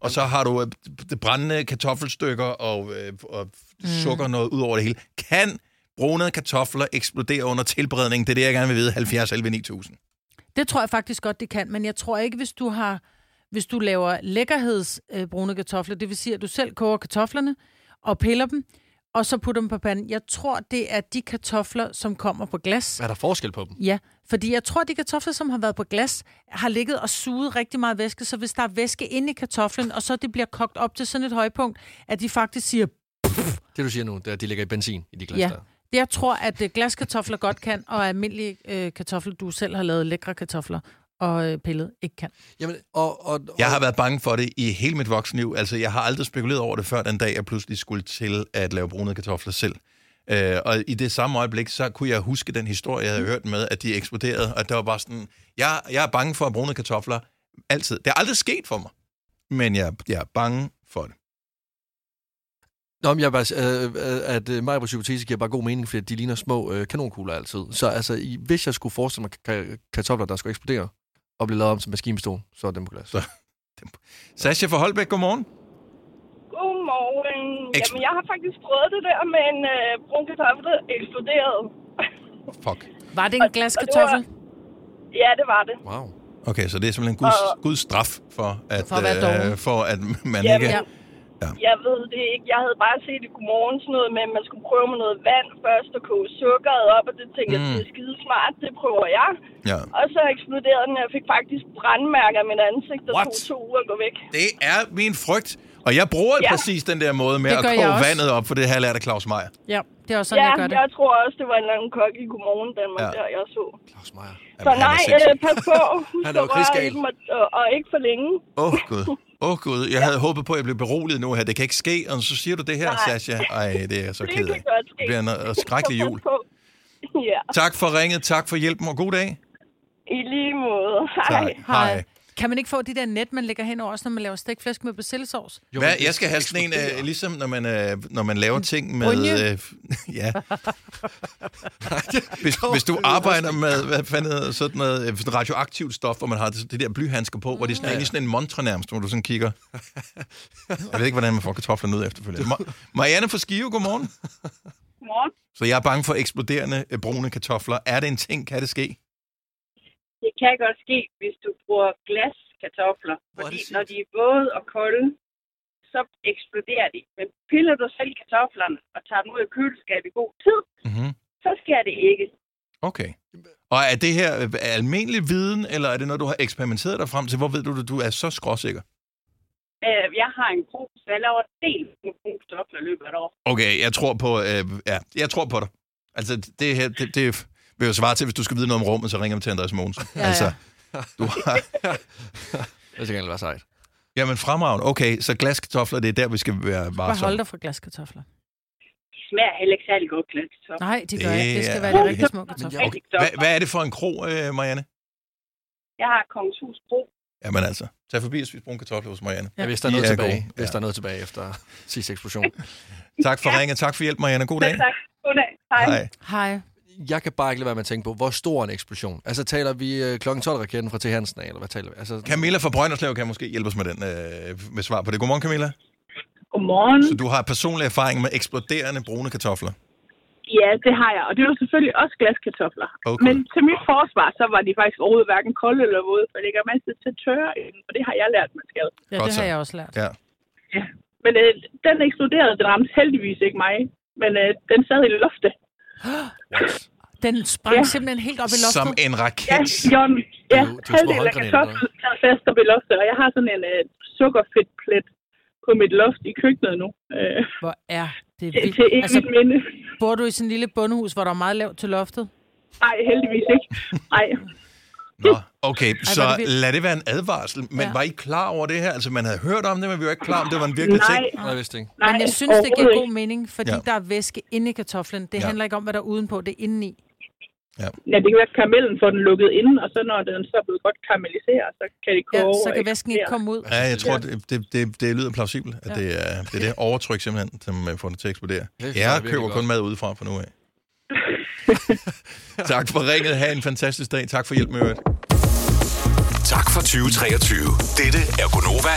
S1: og så har du øh, det brændende kartoffelstykker og, øh, og sukker noget ud over det hele. Kan brune kartofler eksplodere under tilberedning? Det er det, jeg gerne vil vide. 70 11 9000.
S4: Det tror jeg faktisk godt, det kan, men jeg tror ikke, hvis du har hvis du laver lækkerhedsbrune øh, brune kartofler, det vil sige, at du selv koger kartoflerne og piller dem, og så putter dem på panden. Jeg tror, det er de kartofler, som kommer på glas.
S3: Er der forskel på dem?
S4: Ja, fordi jeg tror, de kartofler, som har været på glas, har ligget og suget rigtig meget væske, så hvis der er væske inde i kartoflen, og så det bliver kogt op til sådan et højpunkt, at de faktisk siger,
S3: Det, du siger nu, det er, at de ligger i benzin i de glas
S4: ja.
S3: der.
S4: Det, jeg tror, at øh, glaskartofler godt kan, og almindelige øh, kartofler, du selv har lavet lækre kartofler og øh, pillet, ikke kan.
S3: Jamen, og, og, og,
S1: Jeg har været bange for det i hele mit voksenliv. Altså, jeg har aldrig spekuleret over det før den dag, jeg pludselig skulle til at lave brune kartofler selv. Øh, og i det samme øjeblik, så kunne jeg huske den historie,
S3: Mm.
S1: jeg havde hørt med, at de eksploderede, og det var bare sådan, jeg, jeg er bange for brune kartofler altid. Det er aldrig sket for mig, men jeg, jeg er bange for det.
S3: Nå, men jeg er bare, øh, øh, at øh, mig på hypotese giver bare god mening, fordi de ligner små øh, kanonkugler altid. Så altså, i, hvis jeg skulle forestille mig ka- ka- kartofler, der skulle eksplodere, og blive lavet om til maskinpistol, så er den på glas.
S1: Så- Sascha fra Holbæk, godmorgen.
S9: Godmorgen.
S1: Eks-
S9: Jamen, jeg har faktisk prøvet det der med en øh, brun kartoffel, der eksploderede.
S1: Fuck.
S4: Var det en glaskartoffel?
S9: Ja, det var det.
S3: Wow.
S1: Okay, så det er simpelthen Guds, Guds straf for, at, øh,
S4: For at være doven.
S1: for at man
S9: Jamen,
S1: ikke...
S4: Ja.
S9: Jeg ved det ikke. Jeg havde bare set i godmorgen sådan noget med, at man skulle prøve med noget vand først og koge sukkeret op, og det tænkte jeg,
S1: Mm.
S9: det er skide smart, det prøver jeg.
S1: Ja.
S9: Og så eksploderede den, og jeg fik faktisk brandmærker af mit ansigt, og
S1: What?
S9: tog to uger at gå væk.
S1: Det er min frygt, og jeg bruger ja.
S9: Ja.
S1: præcis den der måde med
S4: Det
S1: at
S4: gør jeg
S1: koge
S4: også.
S1: vandet op, for det har jeg lært af Claus Meier.
S4: Ja, det er også sådan,
S9: ja,
S4: jeg gør det.
S9: jeg tror også, det var en eller anden kok i Godmorgen Danmark,
S1: Ja.
S9: der jeg så.
S3: Claus Meier.
S9: Så
S1: Jamen, han er
S9: nej, øh,
S1: sindssyg.
S9: pas på. Husk
S3: Han
S9: at
S3: er jo
S9: røre i
S3: krigsgal.
S9: dem, og, og, og ikke for længe.
S1: Åh, oh, Gud. Åh, oh, Gud. Jeg havde håbet på, at jeg blev beroliget nu her. Det kan ikke ske. Og så siger du det her,
S9: Nej.
S1: Sasha. Ej, det er jeg så
S9: Det
S1: ked
S9: kan
S1: af.
S9: godt ske.
S1: Det bliver en øh, skrækkelig
S9: Så pas
S1: jul.
S9: på. Ja,
S1: Tak for ringet. Tak for hjælpen, og god dag.
S9: i lige måde. Hej.
S1: Hej.
S4: Kan man ikke få de der net, man lægger hen over, også når man laver stegt flæsk med persillesauce?
S1: Hvad, jeg skal have sådan en, øh, ligesom når man, øh, når man laver ting med...
S4: brynje?
S1: Øh, ja. hvis, hvis du arbejder med, hvad fanden hedder sådan noget, øh, sådan radioaktivt stof, hvor man har det, det der blyhandsker på, hvor det er sådan,
S3: Ja, ja.
S1: egentlig sådan en montre nærmest, hvor du sådan kigger. Jeg ved ikke, hvordan man får kartoflerne ud efterfølgende. Ma- Marianne fra Skive, godmorgen.
S6: Godmorgen.
S1: Så jeg er bange for eksploderende øh, brune kartofler. Er det en ting? Kan det ske?
S6: Det kan godt ske, hvis du bruger glaskartofler, fordi når de er våde og kolde, så eksploderer de. Men piller du selv kartoflerne og tager dem ud af køleskabet i god tid,
S1: Mhm.
S6: så sker det ikke.
S1: Okay. Og er det her øh, almindelig viden, eller er det noget, du har eksperimenteret dig frem til? Hvor ved du, at du er så skråsikker?
S6: Øh, Jeg har en krog, så jeg laver en del med brune kartofler i løbet af et år.
S1: Okay, jeg tror på, øh, ja, jeg tror på dig. Altså, det her, det, det vil jo svare til, hvis du skal vide noget om rummet, så ringer vi til Andreas Mogensen.
S3: Ja, ja.
S1: Altså, du har...
S3: Det skal være sejt.
S1: Jamen, fremragende. Okay, så glaskartofler, det er der, vi skal være
S4: Bare hold
S1: varsomme.
S4: dig fra glaskartofler.
S6: De smager heller ikke særlig godt glaskartofler.
S4: Nej, de gør ikke. Det skal
S1: er
S4: være de
S1: rigtigt.
S4: rigtig små kartofler.
S1: Okay. Hvad, hvad er det for en krog, øh, Marianne?
S6: Jeg har Kongens Hus Bro.
S1: Jamen altså, tag forbi og spis brune kartofler hos Marianne.
S3: Ja, hvis der er
S1: De
S3: noget tilbage,
S1: gode.
S3: hvis der er noget tilbage efter sidste eksplosion.
S1: Tak for ringet, tak for hjælp, Marianne. God dag.
S6: Selv tak. Goddag. Hej.
S1: Hej.
S4: Hej.
S3: Jeg kan bare ikke lade være med at tænke på, hvor stor en eksplosion. Altså taler vi øh, kl. 12-raketten fra T. Hansen af, eller hvad taler vi? Altså,
S1: Camilla fra Brønderslev kan måske hjælpe os med, den, øh, med svar på det. Godmorgen, Camilla.
S6: Godmorgen.
S1: Så du har personlig erfaring med eksploderende brune kartofler.
S6: Ja, det har jeg. Og det var selvfølgelig også glaskartofler.
S1: Okay.
S6: Men til mit forsvar, så var de faktisk overhovedet hverken kolde eller våde, for det ligger masser til tørre i dem, og det har jeg lært, man skal.
S4: Ja,
S1: Godt
S4: det
S1: så.
S4: har jeg også lært.
S1: Ja.
S6: Men øh, den eksploderede, den ramte heldigvis ikke mig, men øh, den sad i loftet.
S4: Den sprang
S6: Ja.
S4: ja. simpelthen helt op i loftet.
S1: Som en
S6: Ja,
S1: raket.
S6: John, ja,
S1: Det er jo- det er jo
S6: halvdelen af
S1: små håndgranater,
S6: kartoflen sad fast op i loftet, og jeg har sådan en øh, sukkerfedtplet på mit loft i køkkenet nu. Øh,
S4: Hvor er det
S6: til,
S4: vildt.
S6: til evigt altså... minde.
S4: bor du i sådan en lille bondehus, hvor der er meget lavt til loftet?
S6: Nej, heldigvis ikke. Nej.
S1: Nå, okay, så
S4: Hm. hvor er det vildt.
S1: lad det være en advarsel. Men
S4: Ja.
S1: var I klar over det her? Altså, man havde hørt om det, men vi var ikke klar om, det var en virkelig
S6: Nej.
S1: ting.
S6: Nej,
S3: jeg vidste ikke.
S4: Men jeg synes, det giver god mening, fordi
S1: Ja.
S4: ja. der er væske inde i kartoflen. Det
S1: Ja.
S4: ja. handler ikke om, hvad der er udenpå, det er indeni.
S6: Ja, det kan være, at karamellen får den lukket inden, og så når den så er blevet godt karamelliseret, så kan det
S4: Ja,
S6: koge.
S4: så
S6: og
S4: kan væsken ikke
S6: eksplodere.
S4: komme ud.
S1: Ja, jeg tror, det, det, det, det lyder plausibelt, at
S4: Ja.
S1: det, er, det er det overtryk simpelthen, som øh, får det til at eksplodere.
S3: forstår jeg
S1: Jeg
S3: virkelig
S1: køber kun
S3: godt.
S1: mad udefra fra nu af. tak for ringet. Ha' en fantastisk dag. Tak for hjælp med øvrigt.
S8: Tak for 2023. Dette er Gonova,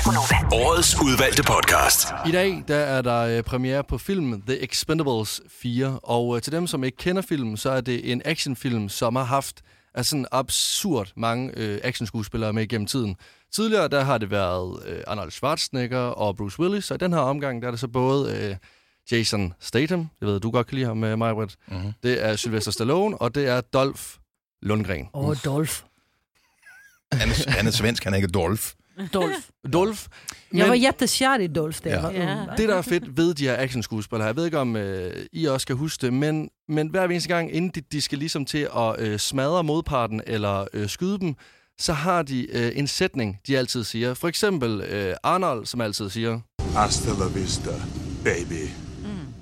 S8: årets udvalgte podcast.
S3: I dag der er der øh, premiere på filmen The Expendables 4, og øh, til dem, som ikke kender filmen, så er det en actionfilm, som har haft altså, sådan absurd mange øh, actionskuespillere med gennem tiden. Tidligere der har det været øh, Arnold Schwarzenegger og Bruce Willis, og i den her omgang der er det så både øh, Jason Statham, det ved du godt kan lide ham, øh, Majbrit, mm-hmm. det er Sylvester Stallone, og det er Dolph Lundgren.
S4: Åh, oh, Dolf.
S1: Han er, han er svensk, han er ikke Dolf.
S4: Dolf.
S3: Dolph,
S2: Jeg
S3: men-
S2: var jättekär i Dolf. Det
S3: Ja.
S2: var. Ja.
S3: Det, der er fedt ved de her actionskuespillere, jeg ved ikke, om øh, I også kan huske det, men, men hver eneste gang, inden de, de skal ligesom til at øh, smadre modparten eller øh, skyde dem, så har de øh, en sætning, de altid siger. For eksempel øh, Arnold, som altid siger,
S15: Hasta la vista, baby.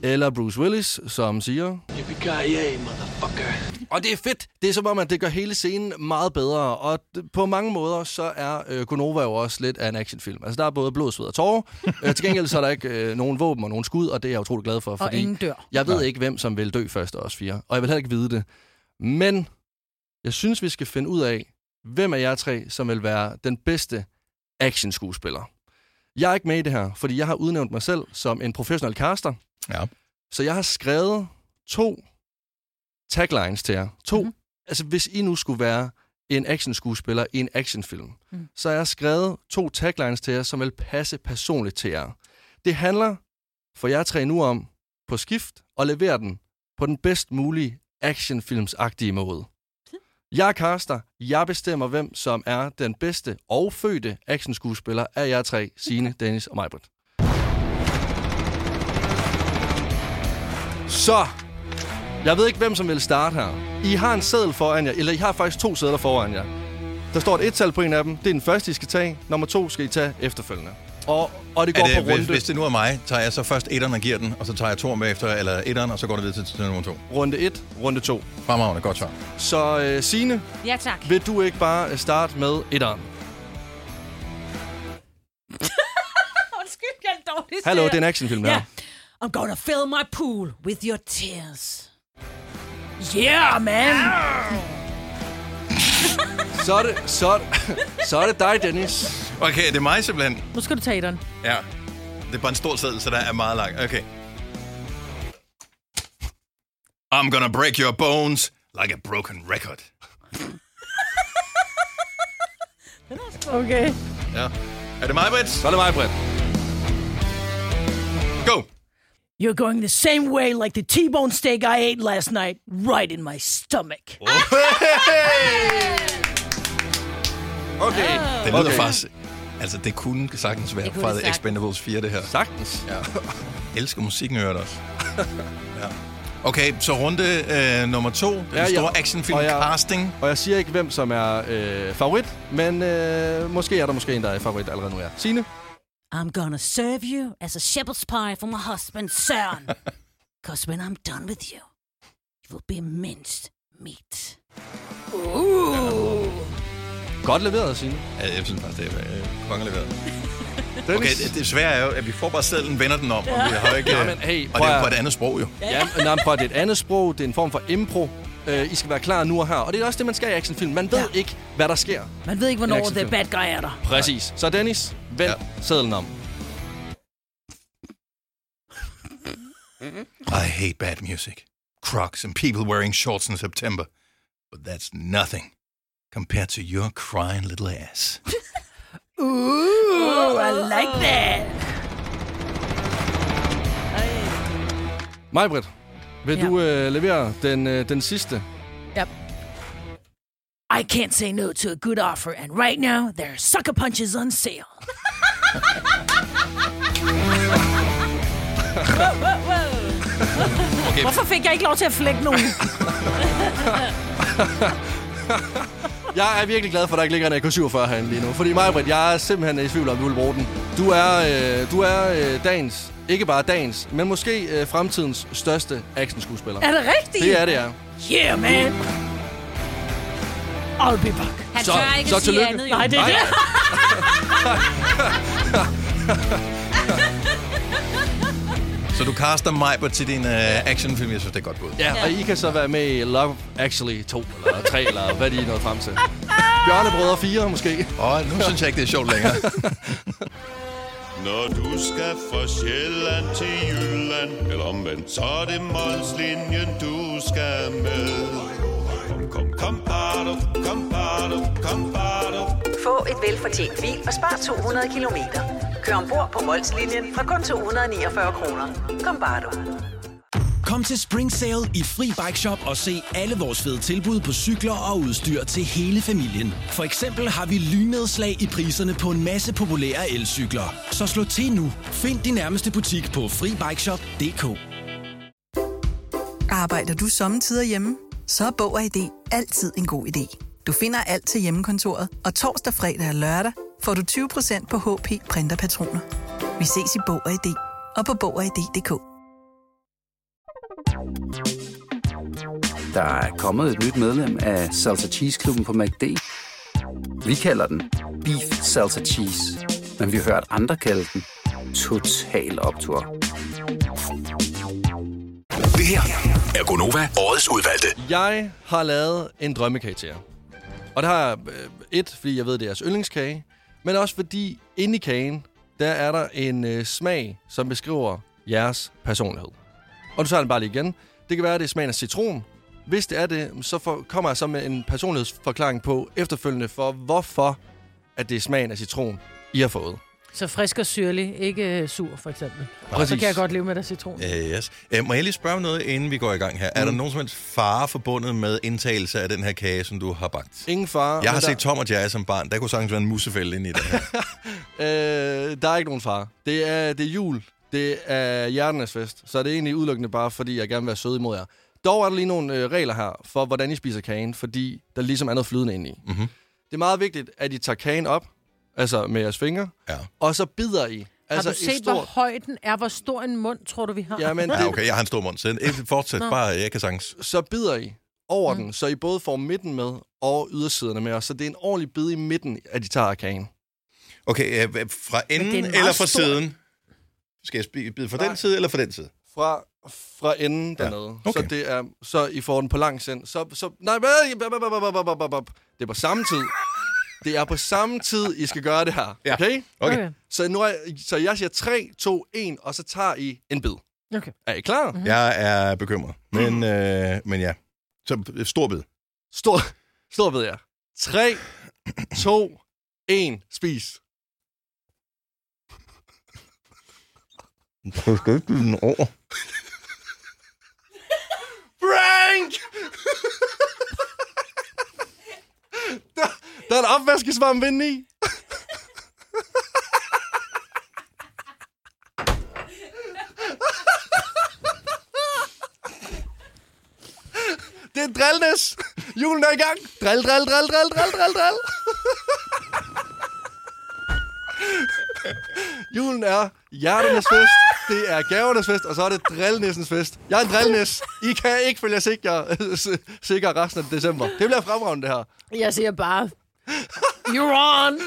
S3: eller Bruce Willis, som siger...
S15: Yippee-ki-yay, motherfucker.
S3: Og det er fedt! Det er som om, at det gør hele scenen meget bedre, og d- på mange måder, så er øh, Gonova jo også lidt af en actionfilm. Altså, der er både blod, sved og tårer. øh, til gengæld, så er der ikke øh, nogen våben og nogen skud, og det er jeg utrolig glad for,
S4: Og ingen dør.
S3: Jeg ved ikke, hvem som vil dø først af os fire, og jeg vil heller ikke vide det. Men jeg synes, vi skal finde ud af, hvem af jer tre, som vil være den bedste actionskuespiller. Jeg er ikke med i det her, fordi jeg har udnævnt mig selv som en professionel caster.
S1: Ja.
S3: Så jeg har skrevet to taglines til jer. To. Mm-hmm. Altså, hvis I nu skulle være en actionskuespiller i en actionfilm, mm. så har jeg skrevet to taglines til jer, som vil passe personligt til jer. Det handler for jer tre nu om på skift og levere den på den bedst mulige actionfilmsagtige måde. Jeg er Carster. Jeg bestemmer, hvem som er den bedste og fødte actionskuespiller af jer tre, Signe, Dennis og Majbert. Så, jeg ved ikke, hvem som vil starte her. I har en seddel foran jer, eller I har faktisk to sædler foran jer. Der står et et-tal på en af dem. Det er den første, I skal tage. Nummer to skal I tage efterfølgende. Og, og det går
S1: Er det,
S3: på runde.
S1: hvis, hvis det nu er mig, tager jeg så først etteren og giver den, og så tager jeg toeren bagefter, eller etteren, og så går det videre til, til nummer to.
S3: Runde 1, runde 2.
S1: Fremragende, godt svar.
S3: Så øh, Signe,
S2: ja, tak.
S3: vil du ikke bare øh, starte med etteren?
S2: sjovt, de
S3: Hallo,
S2: siger.
S3: det er en actionfilm, det
S2: Ja.
S3: her.
S2: I'm gonna fill my pool with your tears. Yeah, man!
S3: Så er det, så, er det- så er det dig, Dennis.
S1: Okay, det er mig simpelthen.
S4: Nu skal du tage den.
S1: Ja. Det er bare en stor seddel, så der er meget lang. Okay. I'm gonna break your bones like a broken record.
S4: Okay.
S1: Ja. Er det mig, Britt? Så
S3: er det mig, Britt.
S1: Go!
S16: You're going the same way like the T-bone steak I ate last night, right in my stomach.
S3: Okay.
S1: Det lyder
S3: Ah. Okay.
S1: okay. faktisk... Altså, det kunne sagtens være
S3: Det kunne
S1: fra
S3: det
S1: The
S3: sagtens.
S1: Expendables 4, det her.
S3: Sagtens.
S1: Ja. Jeg elsker musikken, hører også. Ja. Okay, så runde øh, nummer to. Den ja, store actionfilm
S3: og jeg-
S1: casting.
S3: Og jeg siger ikke, hvem som er øh, favorit, men øh, måske er der måske en, der er favorit allerede nu. Ja. Signe?
S2: I'm gonna serve you as a shepherd's pie for my husband's son. Cause when I'm done with you, you will be minced meat. Ooh.
S3: Godt leveret, Signe.
S1: Ja, jeg synes faktisk, det er øh, kongeleveret. Okay, det, det svære er jo, at vi får bare sædlen, vender den om, og vi har ikke... øh,
S3: Jamen, hey,
S1: og
S3: prøv
S1: det er
S3: at-
S1: jo på et andet sprog, jo.
S3: Ja, men nej, prøv, at det er et andet sprog, det er en form for impro. Øh, I skal være klar nu og her. Og det er også det, man skal i actionfilm. Man ved ja. ikke, hvad der sker.
S16: Man ved ikke,
S3: En
S16: hvornår the
S3: actionfilm.
S16: bad guy er der.
S3: Præcis. Så Dennis, vend ja. sædlen om.
S1: I hate bad music, Crocs, and people wearing shorts in September. But that's nothing compared to your crying little ass.
S16: Ooh, I like that.
S3: Majbrit, vil ja. du øh, levere den, øh, den sidste?
S16: Yep. I can't say no to a good offer, and right now there are sucker punches on sale.
S4: Wow, wow, wow.
S1: Okay.
S16: Hvorfor fik jeg ikke lov til at flække nogen?
S3: Jeg er virkelig glad for, at der ikke ligger en AK-47 herinde lige nu. Fordi Majbrit, jeg er simpelthen i tvivl om, du vil bruge den. Du er, øh, du er øh, dagens, ikke bare dagens, men måske øh, fremtidens største actionskuespiller.
S16: Er det rigtigt?
S3: Det er det, ja.
S16: Yeah, man. I'll be back.
S2: Han tør ikke sige andet, jo.
S16: Nej, det er det.
S1: Så du caster mig på til din uh, actionfilm. Jeg synes, det er godt bud.
S3: Ja, og I kan så være med i Love Actually 2 eller 3, eller hvad de er nået frem til. Bjørnebrødre 4 måske.
S1: Åh, oh, nu synes jeg ikke, det er sjovt længere.
S17: Når du skal fra Sjælland til Jylland Eller omvendt, så er det Molslinjen, du skal med Kom, kom, kom, bado, kom, bado, kom, bado.
S18: Få et velfortjent bil og spar 200 kilometer. Kør ombord på Molslinjen fra kun 249 kroner. Kom bare du.
S19: Kom til Spring Sale i Fri Bike Shop og se alle vores fede tilbud på cykler og udstyr til hele familien. For eksempel har vi lynedslag i priserne på en masse populære elcykler. Så slå til nu. Find din nærmeste butik på FriBikeShop.dk
S20: Arbejder du sommetider hjemme? Så er Bog og ID altid en god idé. Du finder alt til hjemmekontoret, og torsdag, fredag og lørdag får du 20% på HP printerpatroner. Vi ses i Bog og ID og på Bog og ID.dk.
S21: Der er kommet et nyt medlem af Salsa Cheese Klubben på MACD. Vi kalder den Beef Salsa Cheese, men vi har hørt andre kalde den Total Optor.
S8: Det her er Gonova, årets udvalgte.
S3: Jeg har lavet en drømmekage til jer. Og det har jeg øh, et, fordi jeg ved, det er jeres yndlingskage, men også fordi inde i kagen, der er der en øh, smag, som beskriver jeres personlighed. Og du tager den bare lige igen. Det kan være, at det er smagen af citron. Hvis det er det, så for, kommer jeg så med en personlighedsforklaring på efterfølgende for, hvorfor at det er smagen af citron, I har fået.
S4: Så frisk og syrlig, ikke øh, sur for eksempel.
S1: Præcis.
S4: Så kan jeg godt leve med der citron.
S1: Uh, yes. Uh, må jeg lige spørge om noget, inden vi går i gang her? Mm. Er der nogen som helst fare forbundet med indtagelse af den her kage, som du har bagt?
S3: Ingen far.
S1: Jeg har set Tom og Jerry som barn. Der kunne sagtens være en musefælde inde i det her.
S3: Øh, der er ikke nogen far. Det er, det er jul. Det er hjertenes fest. Så det er egentlig udelukkende bare, fordi jeg gerne vil være sød imod jer. Dog er der lige nogle øh, regler her for, hvordan I spiser kagen, fordi der ligesom er noget flydende inde i.
S1: Mm-hmm.
S3: Det er meget vigtigt, at I tager kagen op, altså med jeres fingre,
S1: ja.
S3: og så bider I. Altså
S4: Altså, har du set, hvor høj den er? Hvor stor en mund, tror du, vi har?
S3: Jamen, ah,
S1: Ja, okay, jeg har en stor mund. Så eh, fortsæt
S4: Nå.
S1: bare, jeg kan sagtens.
S3: så bider I over mm. den, så I både får midten med og ydersiderne med, og så det er en ordentlig bid i midten, at I tager af kagen.
S1: Okay, øh, fra
S3: Men det er en
S1: enden
S3: meget
S1: eller fra
S3: stor-
S1: siden? Skal jeg spi- bide fra den side eller fra den side?
S3: Fra, fra enden
S1: Ja.
S3: dernede.
S1: Okay.
S3: Så, det er, så I får den på lang send. Så, så, nej, hvad? Bop, bop, bop, bop, bop, bop, bop. det er på samme tid. Det er på samme tid, I skal gøre det her.
S1: Ja.
S3: Okay?
S1: Okay. Okay.
S3: Så, nu er, så jeg siger 3, 2, 1, og så tager I en bid.
S4: Okay.
S3: Er I klar?
S1: Mm-hmm. Jeg er bekymret,
S3: Mhm.
S1: men, øh, men ja. Så øh, stor bid.
S3: Stor, stor ved jeg. 3, 2, 1, spis.
S1: Du skal ikke den over.
S3: Frank! der, der er en opvaskesvamp inde i. Det er drillnæs. Julen er i gang. Drill, drill, drill, drill, drill, drill, drill. Julen er hjerternes fest, det er gavernes fest, og så er det drillnæssens fest. Jeg er en drillnæs. I kan ikke følge jer sikker, sikker resten af december. Det bliver fremragende, det her.
S4: Jeg siger bare, you're on!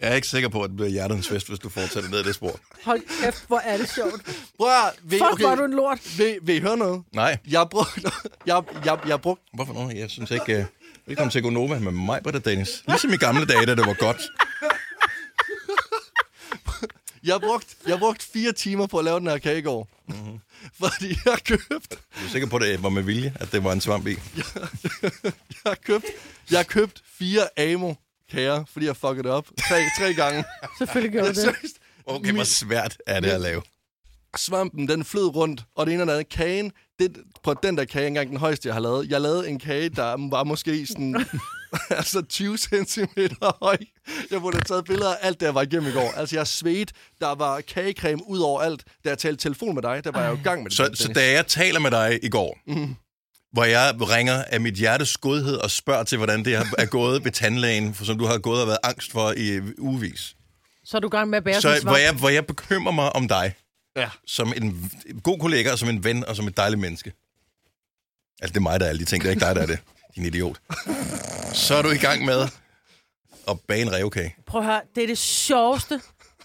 S1: Jeg er ikke sikker på, at det bliver hjertens fest, hvis du fortsætter ned ad det spor.
S5: Hold kæft, hvor er det sjovt.
S3: Prøv at, vil,
S5: Fuck, hvor er du en lort.
S3: Vil, vil I høre noget?
S1: Nej.
S3: Jeg brugte... Jeg, jeg, jeg brugte...
S1: Hvorfor nu? Jeg synes ikke... Øh, velkommen til Gonova med mig, Britta Dennis. Ligesom i gamle dage, da det var godt.
S3: Jeg brugte, jeg brugte fire timer på at lave den her kage i går. Mm-hmm. Fordi jeg købte...
S1: Jeg er sikker på, at det var med vilje, at det var en svamp i.
S3: Jeg købte, jeg købte fire Amo kager, fordi jeg fuckede det op. Tre, tre gange.
S4: Selvfølgelig gjorde
S3: Jeg
S4: du det.
S3: seriøst-
S1: Okay, hvor svært er det at lave?
S3: svampen, den flød rundt, og det ene og det andet. Kagen, det, på den der kage, engang den højeste, jeg har lavet. Jeg lavede en kage, der var måske sådan... altså 20 cm høj. Jeg burde have taget billeder af alt, det jeg var igennem i går. Altså, jeg svedte. Der var kagecreme ud over alt. Da jeg talte telefon med dig, der var jeg jo i gang med det.
S1: Så, så da jeg taler med dig i går,
S3: Mhm.
S1: hvor jeg ringer af mit hjertes godhed og spørger til, hvordan det er gået ved tandlægen, for som du har gået og været angst for i ugevis.
S4: Så er du i gang med at bære
S1: Så
S4: sin
S1: hvor
S4: svamp.
S1: jeg, hvor jeg bekymrer mig om dig,
S3: ja.
S1: som en v- god kollega, og som en ven, og som et dejligt menneske. Altså, det er mig, der er alle de ting. Det er ikke dig, der er det. Din idiot. Så er du i gang med at bage en revkage.
S4: Prøv at høre, det er det sjoveste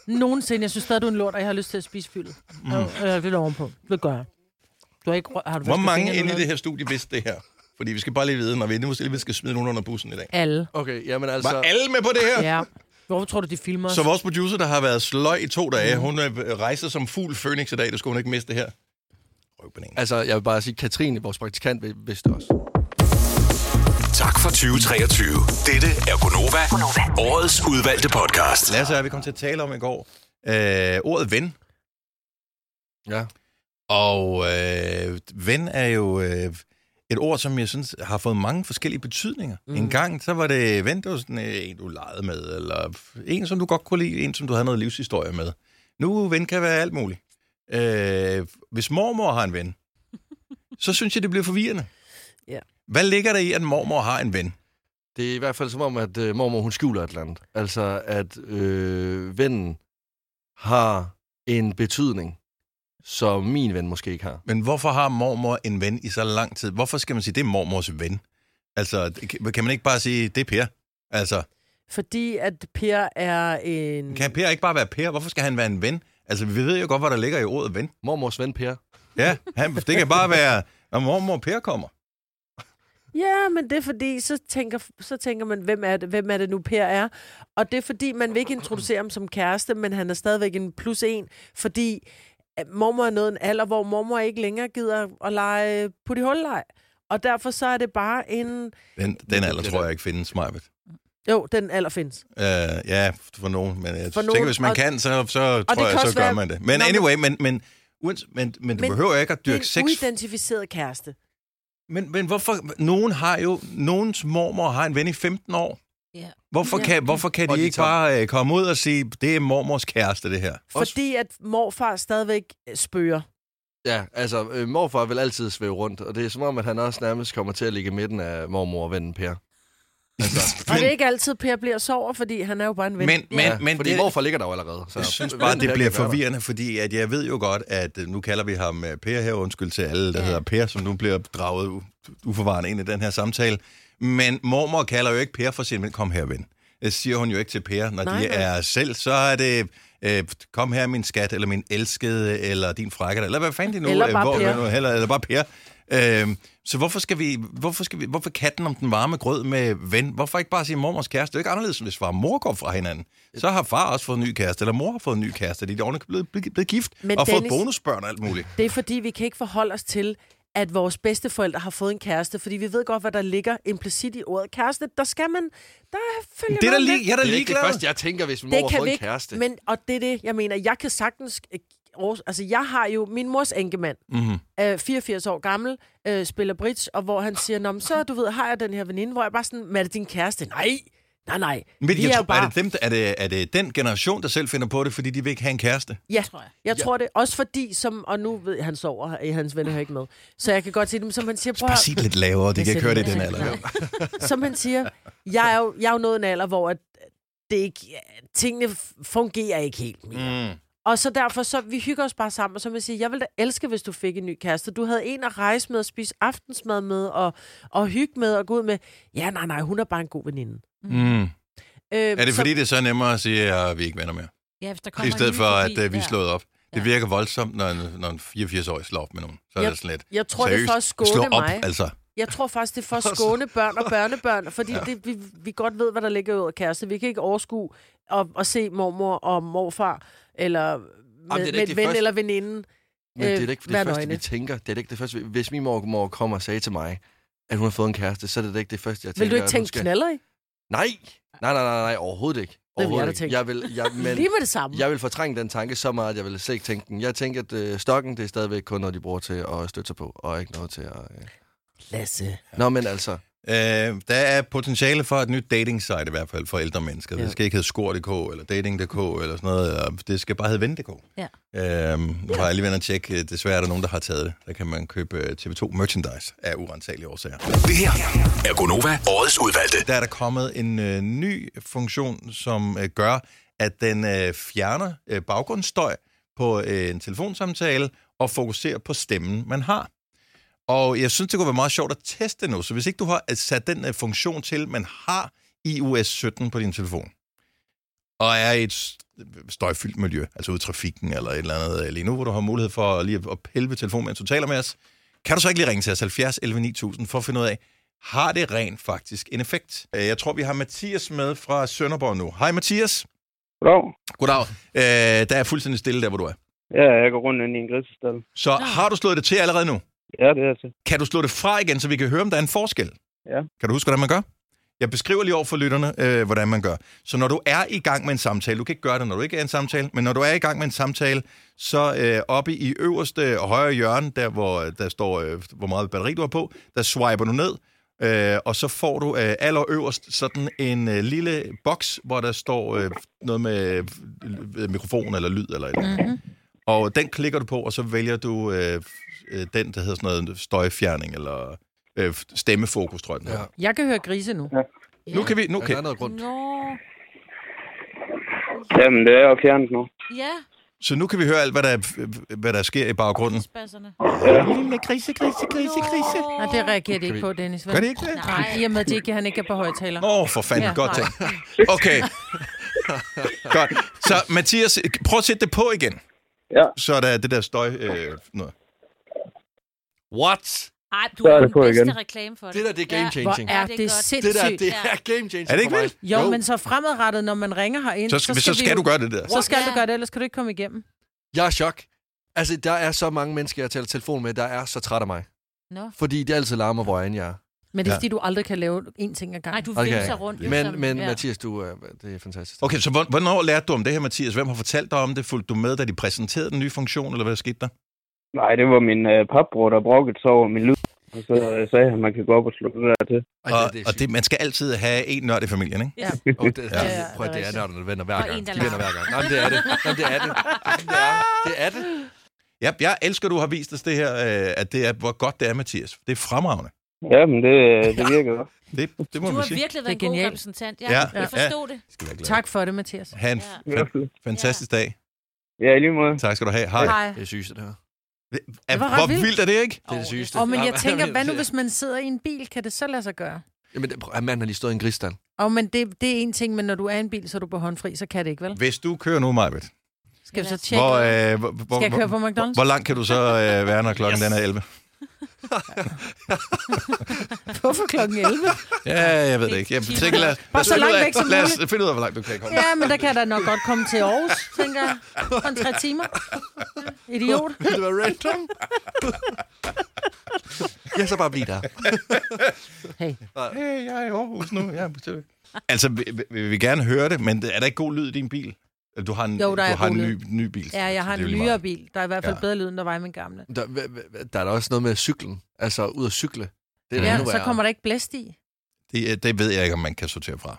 S4: nogensinde. Jeg synes stadig, du er en lort, og jeg har lyst til at spise fyldet. Mm.
S1: Mm.
S4: Jeg vil ovenpå. Det gør jeg. Du har ikke rø- har du
S1: Hvor
S4: vasket
S1: mange
S4: fingrene
S1: inde i
S4: med?
S1: det her studie vidste det her? Fordi vi skal bare lige vide, når vi er måske lige skal smide nogen under bussen i dag.
S4: Alle.
S3: Okay, jamen altså...
S1: Var alle med på det her?
S4: Ja. Hvorfor tror du, de filmer os?
S1: Så vores producer, der har været sløj i to dage, hun øh, rejser som fugl Phoenix i dag. Det skulle hun ikke miste det her.
S3: Altså, jeg vil bare sige, Katrine, vores praktikant, vi- vidste det også.
S8: Tak for 2023. Dette er Gonova, årets udvalgte podcast.
S1: Lasse, og jeg, vi kom til at tale om i går. Øh, ordet ven.
S3: Ja.
S1: Og øh, ven er jo øh, et ord, som jeg synes har fået mange forskellige betydninger. Mm. En gang, så var det ven, det var sådan øh, en, du legede med, eller en, som du godt kunne lide, en, som du havde noget livshistorie med. Nu ven kan være alt muligt. Øh, hvis mormor har en ven, så synes jeg, det bliver forvirrende.
S5: Ja.
S1: Hvad ligger der i, at mormor har en ven?
S3: Det er i hvert fald som om, at øh, mormor hun skjuler et eller andet. Altså, at øh, vennen har en betydning, som min ven måske ikke har.
S1: Men hvorfor har mormor en ven i så lang tid? Hvorfor skal man sige, det er mormors ven? Altså, det- kan- kan man ikke bare sige, det er Per? Altså,
S5: Fordi at Per er en...
S1: kan Per ikke bare være Per? Hvorfor skal han være en ven? Altså, vi ved jo godt, hvad der ligger i ordet ven.
S3: Mormors ven Per.
S1: Ja, han, det kan bare være, når mormor Per kommer.
S5: Ja, men det er fordi, så tænker, så tænker man, hvem er, det, hvem er det nu Per er? Og det er fordi, man vil ikke introducere ham som kæreste, men han er stadigvæk en plus en, fordi at mormor er nået en alder, hvor mormor ikke længere gider at lege på de hulleg. Og derfor så er det bare en...
S1: Den, den alder tror jeg ikke findes, Majbet.
S5: Jo, den alder findes.
S1: Uh, ja, for nogen, men jeg
S5: For
S1: for
S5: nogen,
S1: tænker, hvis man
S5: og-
S1: kan, så, så
S5: det
S1: tror jeg,
S5: kan
S1: så
S5: også
S1: gør
S5: være-
S1: man det. Men
S5: Nå, men-
S1: anyway, men, men, men, men, men du
S5: Men
S1: behøver ikke at
S5: Det er
S1: dyrke
S5: en
S1: sex.
S5: uidentificeret kæreste.
S1: Men, men hvorfor? Nogen har jo, nogens mormor har en ven i 15 år.
S5: Ja.
S1: Hvorfor kan, hvorfor kan
S5: Og
S1: de
S5: de
S1: ikke
S5: tager-
S1: bare øh, komme ud og sige, det er mormors kæreste, det her?
S5: Fordi at morfar stadigvæk
S4: øh,
S5: spøger.
S3: Ja, altså, øh, morfar vil altid svæve rundt, og det er som om, at han også nærmest kommer til at ligge i midten af mormor og vennen Per.
S5: Og det er ikke altid, Per bliver sover, fordi han er jo bare en ven.
S1: Men- men-
S5: Ja.
S1: men-
S3: Fordi
S1: det-
S3: det... morfar ligger der jo allerede. Så
S1: Jeg synes bare, det bliver forvirrende, fordi at jeg ved jo godt, at øh, nu kalder vi ham øh, Per her, undskyld til alle, der ja. hedder Per, som nu bliver draget u- uforvarende ind i den her samtale. Men mormor Øh, kalder jo ikke Per for sin ven, kom her ven. Det siger hun jo ikke til Per, når
S5: Nej,
S1: nej, de
S5: nej.
S1: er selv. Så er det øh, kom her min skat, eller min elskede, eller din frække, eller hvad fanden det nu
S5: Eller
S1: øh,
S5: bare Per.
S1: nu heller, eller bare Per. Øh, så hvorfor skal, vi, hvorfor skal vi, hvorfor katten om den varme grød med ven? Hvorfor ikke bare sige mormors kæreste? Det er jo ikke anderledes, end hvis far og mor går fra hinanden. Så har far også fået en ny kæreste, eller mor har fået en ny kæreste, de er ordentligt blevet, blevet, blevet gift
S4: Men
S1: og fået
S4: Dennis-
S1: bonusbørn og alt muligt.
S4: Det er fordi, vi kan ikke forholde os til, at vores bedsteforældre har fået en kæreste, fordi vi ved godt, hvad der ligger implicit i ordet kæreste. Der skal man... Der følger
S3: Det er da
S4: noget med.
S3: lige- jeg er da Det er ikke ligeglad. det første, jeg tænker, hvis min mor har
S4: kan
S3: fået en
S4: vi ikke,
S3: kæreste.
S4: Men, og det er det, jeg mener. Jeg kan sagtens... øh, års- Altså, jeg har jo min mors enkemand,
S2: Mm-hmm.
S1: Mhm.
S4: øh, 84 år gammel, øh, spiller bridge, og hvor han siger, Nå, men så du ved, har jeg den her veninde, hvor jeg bare sådan, "Men er det din kæreste? Nej, nej, nej.
S1: Men
S4: Vi
S1: jeg
S4: er
S1: tror,
S4: jo
S1: bare... er, det dem, der, er, det, er det den generation, der selv finder på det, fordi de vil ikke have en kæreste?
S4: Ja, tror jeg. jeg tror det. Også fordi, som, og nu ved jeg, han sover, her, hans venner hører ikke med. Så jeg kan godt se dem, som han siger, prøv
S1: Bare sig det lidt lavere, det kan ikke høre det i den alder. jo.
S4: alder. som han siger, jeg er jo, jeg er jo nået en alder, hvor at det ikke, tingene f- fungerer ikke helt
S2: Mm-hmm.
S4: mere.
S1: Mm.
S4: Og så derfor, så vi hygger os bare sammen, og så vil jeg sige, jeg ville da elske, hvis du fik en ny kæreste. Du havde en at rejse med, og spise aftensmad med, og, og hygge med, og gå ud med. Ja, nej, nej, hun er bare en god veninde.
S2: Mm-hmm.
S1: Mm.
S4: Øh,
S1: Er det fordi, det er så nemmere at sige, at vi er ikke venner mere?
S2: Ja, hvis der
S1: I
S2: kommer en
S1: stedet
S2: ny
S1: for,
S2: forbi,
S1: at øh, vi er
S2: ja.
S1: slået op. Det virker voldsomt, når en, når en 84-årig slår op med nogen. Så er
S4: Jeg-
S1: det sådan lidt,
S4: jeg tror, det er
S1: seriøst,
S4: for at skåne
S1: slå op,
S4: mig.
S1: altså.
S4: Jeg tror faktisk, det er for at skåne børn og børnebørn, fordi
S1: Ja.
S4: ja. det, vi, vi godt ved, hvad der ligger ud af kæreste. Vi kan ikke overskue at, at se mormor og morfar, eller med,
S3: det er da
S4: Jamen,
S3: ikke
S4: med
S3: det
S4: et ven
S3: første-
S4: eller veninden.
S3: Men det er da ikke det
S4: være
S3: første,
S4: Øh, nøgne.
S3: vi tænker. Det er da ikke det første. vi- Hvis min mor, mor kommer og sagde til mig, at hun har fået en kæreste, så er det da ikke det første, jeg tænker.
S4: Vil du ikke
S3: at hun
S4: tænke
S3: skal-
S4: knaller i?
S3: Nej. Nej, nej, nej, nej, overhovedet ikke.
S4: Hvad vil jeg
S3: Overhovedet
S4: da
S3: ikke.
S4: tænke?
S3: Jeg vil, jeg, men,
S4: Lige med det samme.
S3: Jeg vil fortrænge den tanke så meget, at jeg vil slet ikke tænke den. Jeg tænker, at øh, stokken, det er stadigvæk kun noget, de bruger til at støtte sig på, og ikke noget til at... Øh...
S4: Lasse.
S3: Nå, men altså...
S1: Øh, der er potentiale for et nyt dating-site i hvert fald for ældre mennesker. Ja. Det skal ikke hedde skor.dk eller dating.dk eller sådan noget. Eller det skal bare hedde ven.dk.
S2: Ja.
S1: Øhm, nu har jeg lige været inde og tjekke. øh, Desværre er der nogen, der har taget det. Der kan man købe øh, TV2 merchandise af urensagelige årsager.
S8: Det her er Gonova, årets udvalgte.
S1: Der er der kommet en øh, ny funktion, som øh, gør, at den øh, fjerner øh, baggrundsstøj på øh, en telefonsamtale og fokuserer på stemmen, man har. Og jeg synes, det kunne være meget sjovt at teste nu. Så hvis ikke du har øh, sat den øh, funktion til, man har iOS 17 på din telefon, og er i et s- støjfyldt miljø, altså ude i trafikken eller et eller andet øh, lige nu, hvor du har mulighed for lige at- at pille ved telefonen, mens du taler med os, kan du så ikke lige ringe til os 70 11 9000 for at finde ud af, har det rent faktisk en effekt? Øh, Jeg tror, vi har Mathias med fra Sønderborg nu. Hej Mathias.
S22: Goddag.
S1: Goddag. Øh, der er fuldstændig stille der, hvor du er.
S22: Ja, jeg går rundt inde i en grisestal.
S1: Så har du slået det til allerede nu?
S22: Ja, det er til.
S1: Kan du slå det fra igen, så vi kan høre, om der er en forskel?
S22: Ja.
S1: Kan du huske, hvordan man gør? Jeg beskriver lige over for lytterne, øh, hvordan man gør. Så når du er i gang med en samtale, du kan ikke gøre det, når du ikke er i en samtale, men når du er i gang med en samtale, så øh, oppe i øverste og højre hjørne, der hvor øh, der står, øh, hvor meget batteri du har på, der swiper du ned, øh, og så får du øh, allerøverst sådan en øh, lille boks, hvor der står øh, noget med øh, mikrofon eller lyd eller et eller andet.
S17: Mm-hmm.
S1: Og den klikker du på, og så vælger du øh, f- øh, den, der hedder sådan noget støjfjerning, eller øh, f- stemmefokus, tror jeg den ja.
S4: Jeg kan høre grise nu. Ja.
S1: Nu kan vi... Nu kan.
S4: Nå,
S22: Jamen, det er jo fjernet nu.
S4: ja.
S1: Så nu kan vi høre alt, hvad der, øh, hvad der sker i baggrunden.
S4: Basserne.
S1: Lille grise, grise, grise, grise.
S4: Nej, det reagerer det ikke
S1: Kan
S4: på,
S1: vi-
S4: Dennis.
S1: Gør det ikke det?
S4: Nej, i og med, at det ikke, han ikke er på højtaler.
S1: Åh, oh, for fanden, ja, godt
S4: nej.
S1: tænkt. Okay. godt. Så Mathias, prøv at sætte det på igen.
S22: Ja.
S1: Så er der det der støj... Øh, noget. What?
S2: Ej, du
S1: Så
S2: er,
S1: er
S2: er
S1: det
S2: den
S1: på
S2: bedste
S1: igen.
S2: reklame for det.
S3: Det der, det er game changing.
S4: Hvor er det sindssygt.
S3: Det der, det er game changing
S1: Er det ikke
S3: for mig.
S1: vildt?
S4: Jo, jo, men så fremadrettet, når man ringer herind,
S3: Så skal- så
S4: vi
S3: skal
S4: jo-
S3: du gøre det der.
S4: Så skal
S3: Ja.
S4: du gøre det, ellers kan du ikke komme igennem.
S3: Jeg er i chok. Altså, der er så mange mennesker, jeg taler telefon med, der er så træt af mig.
S4: Nå.
S3: Fordi det altid larmer, hvor end jeg er.
S4: Men det er,
S3: Ja.
S4: fordi du aldrig kan lave én ting ad gangen. Nej,
S3: Og det kan jeg ikke.
S2: ligesom-
S4: ligesom,
S3: Men, men Mathias, du, øh, det er fantastisk.
S1: Okay, så hvor- hvornår lærte du om det her, Mathias? Hvem har fortalt dig om det? Fulgte du med, da de præsenterede den nye funktion, eller hvad der skete der?
S22: Nej, det var min øh, papbror, der brokkede sig over min lyd. Og så øh, sagde han, at man kan gå op og slå det der til.
S1: Og, og det, man skal altid have en nørd i familien, ikke?
S4: Ja.
S3: Oh, det, ja, ja, prøv at det er nørderne, der vender hver
S1: Og
S3: gang.
S1: en,
S3: De
S1: der
S3: vender
S1: larmer.
S3: hver gang. Jamen, det er det. Jamen, det er det. Det er det.
S1: Ja, jeg elsker, at du har vist os det her, øh, at det er, hvor godt det er, Mathias. Det er fremragende.
S22: Jamen, det, øh, det virker godt.
S1: Det, det må
S2: Du
S1: man
S2: har
S1: sige.
S2: virkelig
S4: Det er
S2: været en god
S4: genialt.
S2: repræsentant. Ja,
S1: Ja,
S2: jeg
S1: ja.
S2: forstod det.
S1: Skal være glad.
S4: Tak for det, Mathias.
S1: Ha' en
S4: Ja.
S1: fan, fantastisk dag.
S22: Ja, i lige måde.
S1: Tak skal du have. Hej.
S4: Hej. Det
S3: er sygt, det her.
S1: Er,
S4: Det var ret
S1: hvor
S4: vildt.
S1: vildt er det, ikke?
S3: Det er det sygeste.
S4: Åh, oh, men jeg tænker, hvad nu, hvis man sidder i en bil? Kan det så lade sig gøre?
S3: Jamen, det- prøv, at manden har lige stået i en grisstald.
S4: Åh, oh, men det, det er en ting, men når du er i en bil, så er du på håndfri, så kan det ikke, vel?
S1: Hvis du kører nu, Majbet,
S4: Skal vi så tjekke?
S1: Hvor, øh, hvor, hvor,
S4: Skal jeg køre på
S1: hvor-
S4: McDonald's?
S1: Hvor langt kan du så øh, være, når klokken yes. den er 11?
S4: Hvorfor klokken 11?
S1: Ja, jeg ved det ikke. Jeg tænker, lad, lad,
S4: Bare
S1: os
S4: så
S1: finde ud
S4: langt
S1: af-
S4: væk som
S1: lad os
S4: muligt.
S1: finde ud af, hvor langt du kan komme.
S4: Ja, men der kan jeg da nok godt komme til Aarhus, tænker jeg. På en tre timer. Idiot.
S3: Det var random. Jeg så bare blive der.
S4: Hey.
S1: Hey, jeg er i Aarhus nu. Jeg er på besøg. Altså, vi, vi- vi vil gerne høre det, men er der ikke god lyd i din bil? Du har en,
S4: Jo, der
S1: du
S4: er
S1: har en
S4: god
S1: ny,
S4: lyd.
S1: ny bil.
S4: Ja, jeg
S1: så
S4: har
S1: det er
S4: en
S1: jo lige
S4: nyere
S1: meget.
S4: bil. Der er i hvert fald
S3: Ja.
S4: bedre lyd, end der var i min gamle.
S3: Der, hva- hva- der er da også noget med cyklen. Altså, ud at cykle. Det er da
S4: Ja,
S3: endnu
S4: så
S3: værre.
S4: kommer der ikke blæst i.
S1: Det, er- det ved jeg ikke, om man kan sortere fra.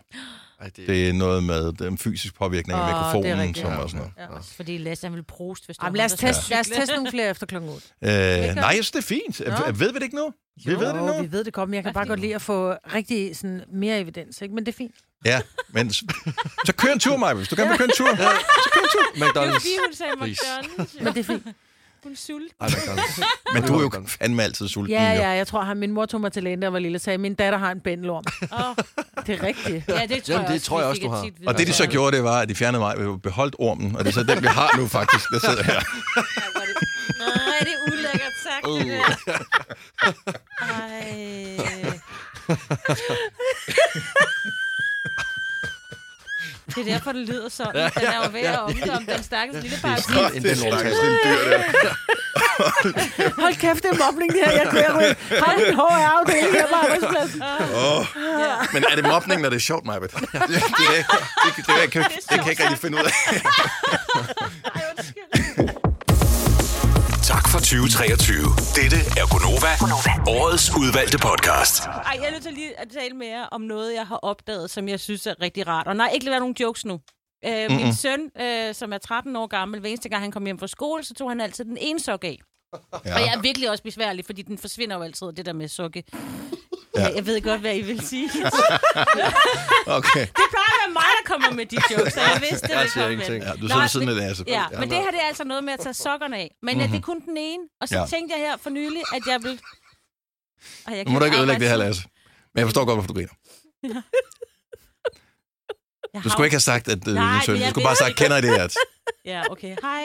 S3: Ej, det...
S1: det er noget med den fysiske påvirkning af
S4: Åh, det er
S1: mikrofonen,
S4: rigtigt.
S1: som
S4: Ja,
S1: og sådan noget.
S2: Ja, også fordi Lasse, han vil prost, hvis
S4: Jamen, lad os, teste, lad os teste nogle flere efter klokken 8.
S1: Øh, nej, jeg synes, det er fint.
S4: Nå.
S1: Ved vi det ikke nu? Vi ved det
S4: Jo,
S1: nu.
S4: vi ved det godt, men jeg kan bare godt lide at få rigtig sådan, mere evidens, ikke? men det er fint.
S1: Ja, men s- så kør en tur, Maja. Hvis du gerne vil køre en tur.
S3: Ja.
S1: Så kør en tur.
S4: Men det er fint.
S2: Hun er sulten.
S3: Ej, McDonald's.
S1: Men du er jo fandme altid sulten.
S4: Ja,
S1: jo.
S4: ja, jeg tror, at min mor tog mig til lægen, der var lille, og sagde, min datter har en bændelorm.
S2: Oh.
S4: Det er rigtigt.
S2: Ja, det tror Jamen, jeg det også, tror jeg vi også, fik du har. tit vide.
S1: Og det, de så gjorde, det var, at de fjernede mig og beholdt ormen. Og det er så den, vi har nu faktisk, der sidder her.
S2: Nej, det er ulækkert sagt, det der. Ej. Det er derfor, det lyder sådan. Den er jo ved at omkomme den stakkels lille parasit.
S1: Det er stakkels lille dyr, der.
S4: Hold kæft, det er mobning, det her. Jeg kører med. Har du en HR-afdeling her på arbejdspladsen?
S1: Åh. Men er det mobning, når det er sjovt, Maja? Det, det, det, det, det, det, det, kan jeg- det kan jeg ikke rigtig finde ud af.
S8: Tak for 2023. Dette er Gonova, årets udvalgte podcast.
S2: Ej, jeg er nødt til lige at tale med jer om noget, jeg har opdaget, som jeg synes er rigtig rart. Og nej, ikke lade nogen jokes nu. Øh, min
S23: Mm-mm.
S2: søn, øh, som er 13 år gammel, hver eneste gang han kom hjem fra skole, så tog han altid den ene sok af. Ja. Og jeg er virkelig også besværlig, fordi den forsvinder jo altid, det der med sukke.
S1: Ja.
S2: Ja. Jeg ved godt, hvad I vil sige.
S1: Okay.
S2: Det plejer at være mig, der kommer med de jokes, så jeg vidste, det
S1: Jeg
S2: ville
S1: siger
S2: komme
S1: ingenting.
S2: med.
S1: Ja, du
S2: Nå,
S1: sidder ved siden
S2: men-
S1: af det, altså.
S2: Ja,
S1: Ja.
S2: men det her det er altså noget med at tage sokkerne af. Men mm-hmm.
S1: Mhm.
S2: det er kun den ene. Og så
S1: Ja.
S2: ja. tænkte jeg her for nylig, at jeg ville... Ej, jeg
S1: Nu må du ikke
S2: ej,
S1: ødelægge det her,
S2: Mads.
S1: Lasse. Men jeg forstår godt, hvorfor du griner.
S2: Ja. Jeg
S1: Du
S2: har
S1: skulle
S2: jo-
S1: ikke have sagt, at øh,
S2: Nej,
S1: min søn.
S2: men
S1: Du
S2: jeg
S1: skulle bare have
S2: ved
S1: sagt,
S2: det.
S1: kender I det her?
S2: Ja, okay. Hej.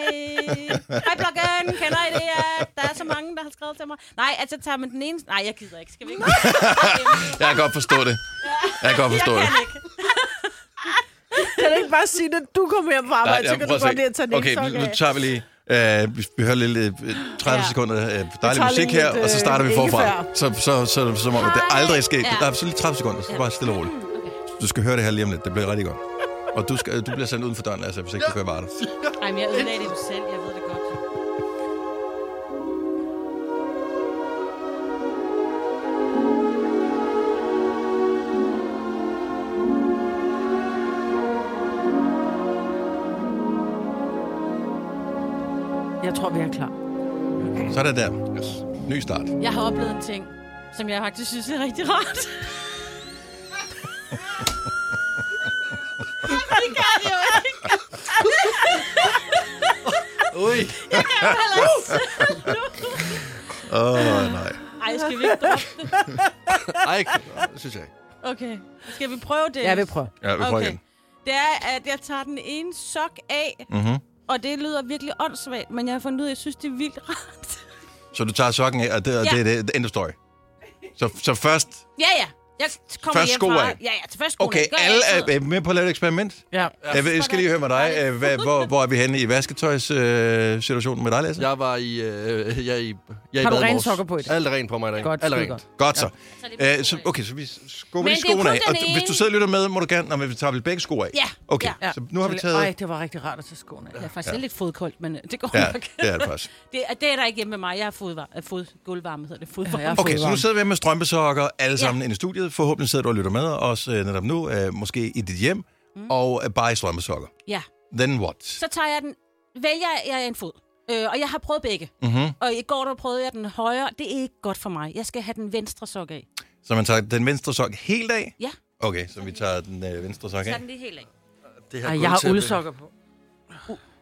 S2: Hej, bloggen. Kender I det, at der er så mange, der har skrevet til mig? Nej, altså tager man den ene... Nej, jeg gider ikke. Skal vi ikke?
S1: Jeg kan godt forstå det. Jeg kan godt forstå
S2: jeg
S1: det.
S2: kan ikke.
S5: Kan du ikke bare sige, at du kommer hjem fra arbejde, så
S1: jeg-
S5: kan du
S1: prøv at
S5: godt
S1: se.
S5: lide at tage den
S1: Okay,
S5: ene sok
S1: nu
S5: af.
S1: tager vi lige... Øh, vi, vi hører lidt øh, 30 ja. sekunder øh, dejlig
S5: tager
S1: musik
S5: lige
S1: her,
S5: lidt,
S1: og så starter vi
S5: øh,
S1: forfra.
S5: ingefær.
S1: Så, så, så, så, som om, at det aldrig er sket.
S5: Ja. Mm,
S1: Der er så lige 30 sekunder, så bare stille og roligt. Du skal høre det her lige om lidt. Det bliver rigtig godt. Og du, skal, du bliver sendt uden for døren, Lasse, hvis ikke du kører bare det.
S2: Ej, men jeg ødelagde det jo selv. Jeg ved det godt.
S4: Jeg tror, vi er klar.
S1: Så er det der. Yes. Ny start.
S2: Jeg har oplevet en ting, som jeg faktisk synes er rigtig rart. det gør det jo ikke.
S1: Ui.
S2: Jeg kan jo heller ikke
S1: Åh, oh, nej.
S2: Ej, skal vi ikke droppe det?
S3: Ej, synes jeg ikke.
S2: Okay. Skal vi prøve det?
S3: Ja, vi prøver. Ja, vi prøver igen.
S2: Det er, at jeg tager den ene sok af,
S1: Mhm.
S2: og det lyder virkelig åndssvagt, men jeg har fundet ud af, at jeg synes, det er vildt rart.
S1: Så du tager sokken af, og det, og
S2: Ja.
S1: det, det, det end of story. Så, så først...
S2: Ja, ja. Jeg kommer
S1: Først
S2: hjem
S1: sko
S2: fra...
S1: af.
S2: Ja, ja, til først skoene.
S1: Okay,
S2: Det gør jeg
S1: alle
S2: altid.
S1: er øh, med på at lave et eksperiment.
S4: Ja.
S1: Jeg, ved- jeg skal lige høre med dig. øh, Hvad, hvor, hvor er vi henne i vasketøjssituationen med dig, Lasse?
S3: Jeg var i... Øh, jeg er i jeg er
S1: Har
S3: i
S1: du
S3: bad i
S1: rene
S3: morges.
S1: sokker på i dag?
S3: Alt er rent på mig i dag.
S1: Godt,
S3: Alt er
S1: skide
S3: rent.
S1: Godt så. Øh, så okay, så vi skubber
S4: Men
S1: lige
S4: det er kun
S1: skoene af. Og
S4: den
S1: du-
S4: ene.
S1: hvis du sidder og lytter med, må du gerne... Nå, men vi tager vel begge sko af? Okay, så nu har vi taget...
S4: Ej, det var rigtig rart at tage skoene. af.
S2: Jeg er faktisk
S1: Ja.
S2: lidt fodkoldt, men øh, det går
S1: Ja,
S2: nok.
S1: det er det faktisk.
S2: det, er- det er der ikke hjemme med mig. Jeg har fodvar- øh, fod, gulvvarme, hedder det. Fodvarme.
S1: Okay, så nu sidder vi med strømpesokker alle sammen inde i studiet. Forhåbentlig sidder du og lytter med os øh, netop nu, øh, måske i dit hjem,
S4: Mm.
S1: og øh, bare i strømpesokker.
S2: Ja.
S1: Then what?
S2: Så tager jeg den... Vælger jeg en fod. Øh, og jeg har prøvet begge.
S1: Mhm.
S2: Og i går der prøvede jeg den højre. Det er ikke godt for mig. Jeg skal have den venstre sok af.
S1: Så man tager den venstre sok helt af?
S2: Ja.
S1: Okay, så vi tager den øh, venstre sok
S2: Okay.
S1: af.
S2: Tag den lige helt af.
S3: Det
S4: Ej, jeg har uldsokker på.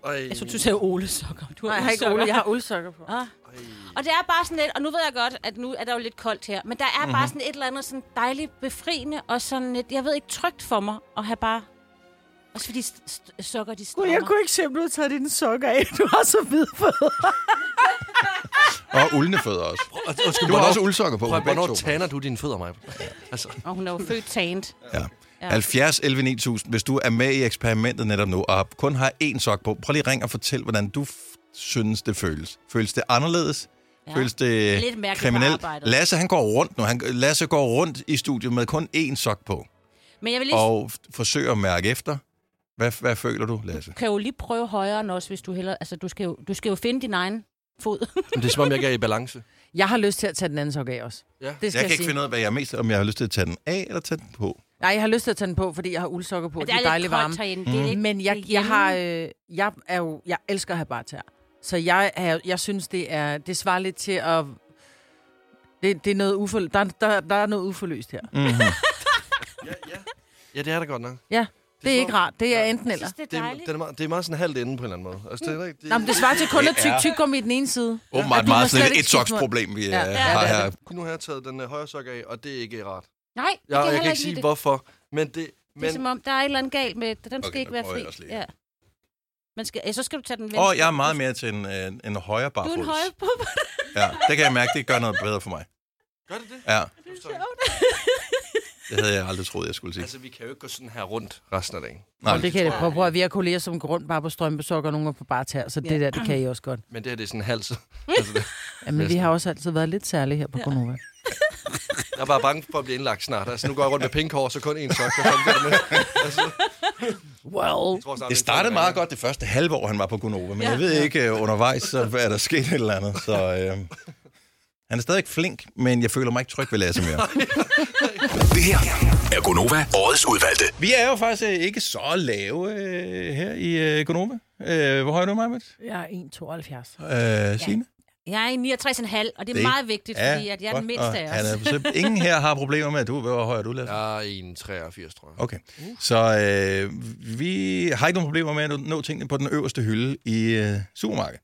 S2: Jeg synes, du sagde ulesokker. Du
S4: Nej, jeg har ikke
S2: uldsokker.
S4: uld. Jeg har uldsokker på.
S2: Ah. Og det er bare sådan lidt, og nu ved jeg godt, at nu er der jo lidt koldt her, men der er mm-hmm.
S1: Mhm.
S2: bare sådan et eller andet sådan dejligt befriende, og sådan et, jeg ved ikke, trygt for mig at have bare Også fordi st- st- sokker, de
S5: Gud,
S2: strammer.
S5: jeg kunne ikke se, om du havde taget dine sokker af. Du har så hvide fødder.
S1: Og uldne fødder også.
S3: Og,
S1: Du har også uldsokker på.
S3: Prøv,
S1: begge
S3: hvornår
S1: to.
S3: tanner du dine fødder, mig? Altså.
S2: Og hun er jo født tant.
S1: Ja. 70 11 9000, hvis du er med i eksperimentet netop nu, og kun har én sok på, prøv lige ring og fortæl, hvordan du f- synes, det føles. Føles det anderledes?
S2: Ja.
S1: Ja. Føles det
S2: Lidt mærkeligt på
S1: kriminelt?
S2: arbejdet.
S1: Lasse, han går rundt nu. Han, Lasse går rundt i studiet med kun én sok på,
S2: Men jeg vil lige...
S1: og f- forsøger at mærke efter. Hvad, hvad føler du, Lasse?
S2: Du kan jo lige prøve højere end os, hvis du heller... Altså, du skal jo, du skal jo finde din egen fod.
S3: Men det er som om, jeg ikke er i balance.
S4: Jeg har lyst til at tage den anden sok af også.
S3: Ja. Det
S1: jeg
S4: skal
S1: kan
S4: jeg,
S1: ikke
S4: sige.
S1: finde ud af, hvad jeg er mest, om jeg har lyst til at tage den af eller tage den på.
S4: Nej, jeg har lyst til at tage den på, fordi jeg har uldsokker på,
S2: Og
S4: og
S2: Altså, det
S4: de
S2: er
S4: er
S2: lidt
S4: dejligt
S2: koldt
S4: varme.
S2: herinde.
S4: Mm.
S2: Det er lidt-
S4: Men
S2: det
S4: jeg,
S2: er
S4: jeg, har,
S2: hjemme.
S4: øh, jeg, er jo, jeg elsker at have bartær. Så jeg, er, jeg synes, det, er, det svarer lidt til at... Det, det er noget uforlø- der, der, der er noget uforløst her.
S1: Mm-hmm.
S3: Ja, det er det godt nok.
S4: Ja, det, det er ikke rart. Det er enten eller.
S3: Det, det, er, meget, det er meget sådan halvt inde på en eller anden måde. Altså, det, er, ikke-
S4: Nå, men det svarer til kun
S1: Det
S4: at tyk
S1: er-
S4: tyk om i den ene side.
S1: Åbenbart
S4: At du må
S1: meget
S4: slet
S1: sådan et
S4: ikke skifte mund.
S1: etsoksproblem, vi ja.
S4: Ja.
S1: har
S3: det er
S1: her.
S3: det. Nu har jeg taget den øh, højre sok af, og det er ikke rart.
S2: Nej, det
S3: Jeg,
S2: kan
S3: jeg,
S2: heller
S3: kan ikke
S2: ikke lide
S3: sige,
S2: det.
S3: hvorfor. Men det,
S2: Det er
S3: men,
S2: som om, der er et eller andet galt med det. Den skal
S1: Okay,
S2: ikke
S1: nu
S2: være
S1: prøver jeg også
S2: fri.
S1: lige.
S2: Ja. Man skal, ja, så skal du tage den venstre.
S1: Åh, oh, jeg er meget mere til en, en, en højere
S2: Du er en
S1: barfods.
S2: højre på.
S1: Ja, det kan jeg mærke, det gør noget bedre for mig.
S3: Gør det det?
S1: Ja,
S2: Det er sjovt.
S1: det havde jeg aldrig troet, jeg skulle sige.
S3: altså, vi kan jo ikke gå sådan her rundt resten af dagen.
S1: Nej,
S4: Og det kan jeg prøve på, at vi har kolleger, som går rundt bare på strømpesokker, og nogen er på bartær, så det der, det kan I også godt.
S3: Men det her, det er sådan hals. altså, det,
S4: Jamen, vi har også altid været lidt særlige her på Gonova.
S3: jeg er bare bange for at blive indlagt snart. Altså, nu går jeg rundt med pink hår, så kun én sok. Og sådan det der med. Altså.
S4: Well.
S1: Det startede meget godt det første halve år, han var på Gunova, men ja. jeg ved ikke uh, undervejs, så er der sket et eller andet. Så, uh, han er stadig flink, men jeg føler mig ikke tryg ved Lasse mere.
S8: Det her er Gonova, årets udvalgte.
S1: Vi er jo faktisk øh, ikke så lave øh, her i øh, Gonova. Øh, hvor høj er du, Marvind?
S4: Jeg er 1,72.
S1: Øh, Signe?
S2: Jeg er i 69,5, og det er
S1: Det
S2: meget vigtigt,
S1: er
S2: fordi at jeg er
S1: godt,
S2: den mindste
S1: og
S2: af
S1: han
S2: os.
S1: er, så ingen her har problemer med, at du hvor høj er du, Lasse?
S3: Jeg er en 83, tror jeg.
S1: Okay. Så øh, vi har ikke nogen problemer med at nå tingene på den øverste hylde i øh, supermarkedet.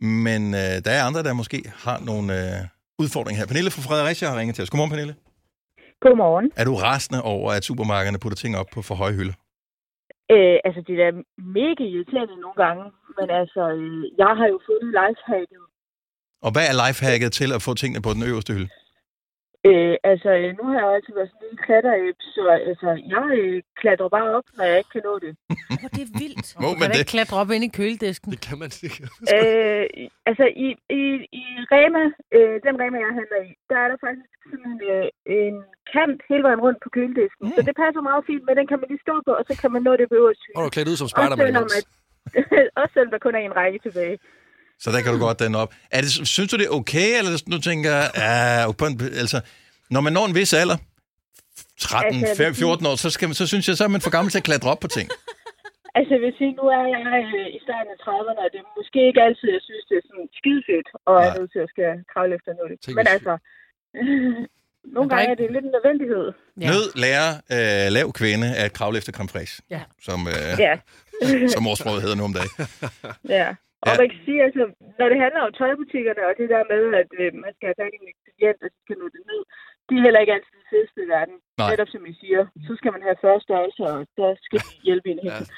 S1: Men øh, der er andre, der måske har nogle øh, udfordringer her. Pernille fra Fredericia har ringet til os. Godmorgen, Pernille.
S23: Godmorgen.
S1: Er du rasende over, at supermarkederne putter ting op på for høje hylder?
S23: Øh, altså, det er da mega irriterende nogle gange, men altså, øh, jeg har jo fundet lifehacket.
S1: Og hvad er lifehacket til at få tingene på den øverste hylde?
S23: Øh, altså, øh, nu har jeg jo altid været sådan en lille klatteræb, så altså, jeg øh, klatrer bare op, når jeg ikke kan nå det.
S2: Åh, det er vildt.
S1: Må
S4: man kan det? ikke klatre op ind i køledisken?
S3: Det kan man ikke.
S23: øh, altså, i, i, i Rema, øh, den Rema, jeg handler i, der er der faktisk sådan en, øh, en kant hele vejen rundt på køledisken. Mm. Så det passer meget fint, men den kan man lige stå på, og så kan man nå det på øverste
S3: Og du er klædt ud som
S23: Også
S3: Spider-Man.
S23: selvom,
S3: imens.
S23: at, også selvom der kun er en række tilbage.
S1: Så der kan du godt den op. Er det, synes du, det er okay, eller nu tænker jeg, ah, på en, altså, når man når en vis alder, 13,
S23: Altså, jeg vil
S1: 15, 14 år, så, skal man, så synes jeg, så er man for gammel til at klatre op på ting.
S23: Altså, jeg vil sige, nu er jeg øh, i starten af 30'erne, og det er måske ikke altid, jeg synes, det er sådan skidefedt, og er
S1: Nej.
S23: nødt til at skal kravle efter noget.
S1: Tænk,
S23: Men
S1: hvis-
S23: altså, nogle gange er det lidt en nødvendighed.
S1: Ja. Nød lærer øh, lav kvinde at kravle efter creme fraiche,
S23: Ja.
S1: som, øh,
S23: Ja.
S1: som ordsproget hedder nu om dagen.
S23: ja. Og
S1: Ja.
S23: man kan sige, altså, når det handler om tøjbutikkerne, og det der med, at øh, man skal have fat i en ingredient, og så skal nå det ned, det er heller ikke altid det fedeste i verden.
S1: Nej.
S23: Netop som I siger, så skal man have første størrelse, og så skal de hjælpe en helt.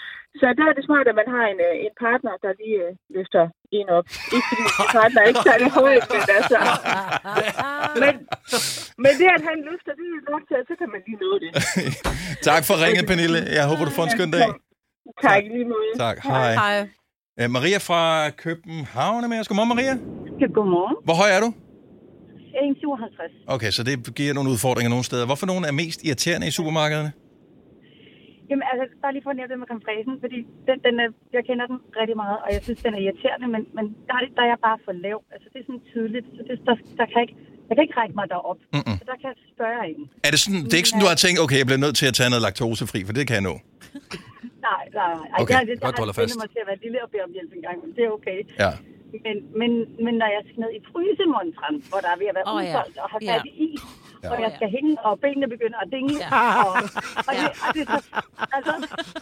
S23: Så der er det smart, at man har en, øh, en partner, der lige øh, løfter en op. Ikke fordi min partner ikke tager det højt, men altså... Men, men det, at han løfter, det er nok til, at så kan man lige nå det.
S1: Tak for ringet, Pernille. Jeg håber, du får en skøn dag.
S23: Tak, i lige måde.
S1: Tak. Hej. Øh, Maria fra København er med os. Godmorgen, Maria.
S24: Godmorgen.
S1: Hvor høj er du?
S24: 1,57.
S1: Okay, så det giver nogle udfordringer nogle steder. Hvorfor nogen er mest irriterende i supermarkederne?
S24: Jamen, altså, bare lige for at nævne det med komfræsen, fordi den, den er, jeg kender den rigtig meget, og jeg synes, den er irriterende, men, men der, er- der er jeg bare for lav. Altså, det er sådan tydeligt, så det, der, der kan jeg ikke, jeg kan ikke række mig derop.
S1: Mm-mm.
S24: Så der kan jeg spørge en.
S1: Er det, sådan, det er ikke sådan, du har tænkt, okay, jeg bliver nødt til at tage noget laktosefri, for det kan jeg nå.
S24: Nej, nej, nej.
S1: Okay,
S24: jeg, jeg,
S1: godt, du holder
S24: jeg
S1: fast.
S24: mig til at være lille og bede om hjælp engang, men det er okay.
S1: Ja.
S24: Men, men, men når jeg skal ned i frysemontren, hvor der er ved at være
S2: Åh,
S24: oh,
S2: ja.
S24: udsolgt og har
S2: Ja.
S24: fat i is,
S1: ja.
S24: og jeg skal hænge, og benene begynder at dingle.
S2: Ja.
S24: Og, og, det, og det, er så, altså,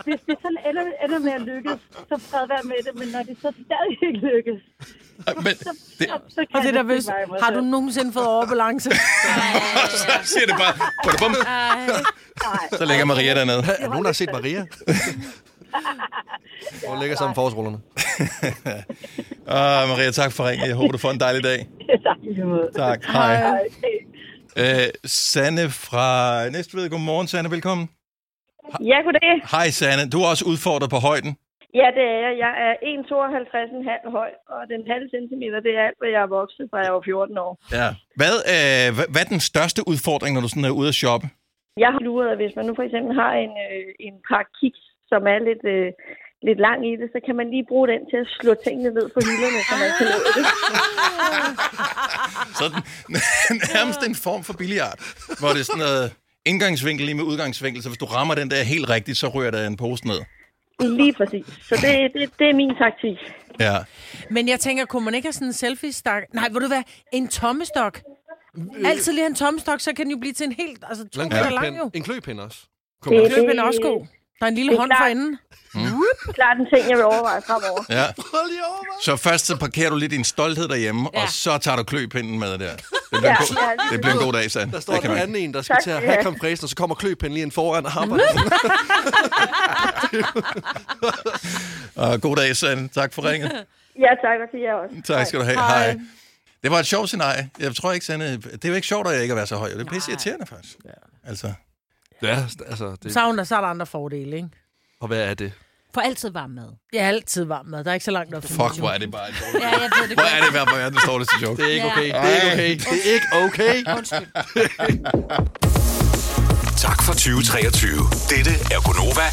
S24: hvis det sådan ender, ender med at lykkes, så fred være med det, men når det så stadig ikke lykkes,
S1: men
S24: så, det, så, så kan
S4: Og det der
S24: jeg
S4: vist, har du nogensinde fået overbalance?
S1: Så siger det bare... Badabum.
S24: Nej.
S1: Så lægger Maria dernede.
S3: Er nogen, der har set Maria? Hvor ligger sammen forårsrullerne.
S1: Ah, Maria, tak for ringen. Jeg håber, du får en dejlig dag.
S24: tak i lige måde.
S1: Tak. Hej. Øh, Sanne fra Næstved. Godmorgen, Sanne. Velkommen.
S13: Ja, goddag.
S1: Hej, Sanne. Du er også udfordret på højden.
S13: Ja, det er jeg. Jeg er 1,52,5 høj, og den halve centimeter, det er alt, hvad jeg er vokset, fra jeg var 14 år.
S1: Ja. Hvad, øh, hvad, hvad er den største udfordring, når du sådan er ude at shoppe?
S13: Jeg har luret, at hvis man nu for eksempel har en, øh, en pakke kiks, som er lidt, øh, lidt lang i det, så kan man lige bruge den til at slå tingene ned på hylderne, så man kan nå det.
S1: Sådan, nærmest en form for billiard, hvor det er sådan noget indgangsvinkel lige med udgangsvinkel, så hvis du rammer den der helt rigtigt, så rører der en pose ned.
S13: Lige præcis. Så det, det, det er min taktik.
S1: Ja.
S4: Men jeg tænker, kunne man ikke have sådan en selfie-stak? Nej, vil du være en tommestok?
S3: Øh.
S4: Altid lige have en tommestok, så kan den jo blive til en helt... Altså, to
S3: Lang
S4: meter
S3: ja.
S4: lang jo.
S3: En kløpind også.
S4: Kom det, det, det, også god. Der er en lille
S13: Det er
S4: hånd
S13: klart.
S4: for enden.
S13: Mm. Klart en ting, jeg vil overveje fremover.
S1: Ja. Så først så parkerer du lidt din stolthed derhjemme, ja. og så tager du kløpinden med der. Det bliver, ja,
S13: Ja,
S1: en, god,
S13: ja,
S1: ja, det bliver en god dag, Sand.
S3: Der står en anden en, der skal
S13: Tak,
S3: til at
S13: ja.
S3: have kompressen, og så kommer kløpinden lige ind foran og hammer.
S1: Og god dag, Sand. Tak for ringet.
S13: Ja, tak, og til jer også.
S1: Tak skal du have. Hej. Det var et sjovt scenarie. Jeg tror ikke, Sande... Det er jo ikke sjovt, at jeg ikke er så høj. Det er pisse irriterende, faktisk. Ja. Altså.
S3: Ja, altså... Det...
S4: Så, er hun, så er der andre fordele, ikke?
S3: Og hvad er det?
S4: For altid varm mad. Ja, altid varm mad. Der er ikke så langt op. til
S1: Fuck,
S4: motion.
S1: hvor er det bare...
S4: Ja, jeg ved det
S1: Hvor er det hver på verdens dårligste joke?
S3: Det er ikke okay. Det er ikke okay. Det er ikke okay.
S8: Tak for 2023. Dette er Gonova,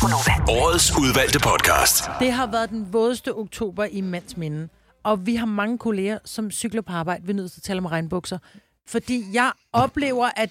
S8: årets udvalgte podcast.
S4: Det har været den vådeste oktober i mands minde. Og vi har mange kolleger, som cykler på arbejde. Vi er nødt til at tale om regnbukser. Fordi jeg oplever, at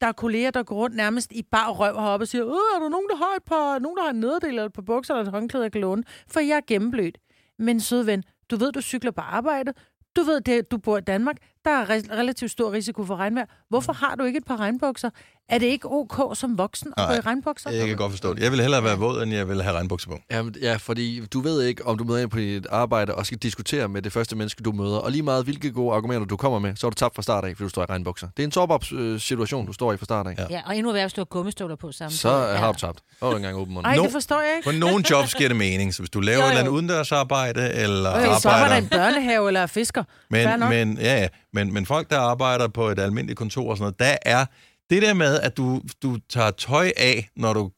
S4: der er kolleger, der går rundt nærmest i bar røv heroppe og siger, Øh, er der nogen, der har et par, nogen, der har en nederdel eller et par bukser eller et håndklæde, jeg kan låne? For jeg er gennemblødt. Men søde ven, du ved, du cykler på arbejde. Du ved, det, du bor i Danmark. Der er re- relativt stor risiko for regnvejr. Hvorfor har du ikke et par regnbukser? Er det ikke ok som voksen at gå i regnbukser?
S1: jeg kan godt forstå det. Jeg vil hellere være våd, end jeg vil have regnbukser på.
S3: Jamen, ja, fordi du ved ikke, om du møder ind på dit arbejde og skal diskutere med det første menneske, du møder. Og lige meget hvilke gode argumenter, du kommer med, så er du tabt fra start af, fordi du står i regnbukser. Det er en top-up-situation, du står i fra start af.
S2: Ja, og endnu værre, hvis du har gummistøvler på sammen.
S3: Så øh, har du tabt. Så er du ikke engang åben
S4: Ej,
S3: munden.
S4: det forstår jeg ikke.
S1: På nogle jobs giver det mening, så hvis du laver
S4: Jo,
S1: jo,
S4: jo.
S1: jo. et eller andet udendørsarbejde, eller
S4: Okay, så var der en
S1: arbejder...
S4: børnehave eller er fisker. Fair
S1: Men,
S4: nok.
S1: men, ja, ja. Men, men folk, der arbejder på et almindeligt kontor og sådan noget, der er det der med, at du, du tager tøj af, når du,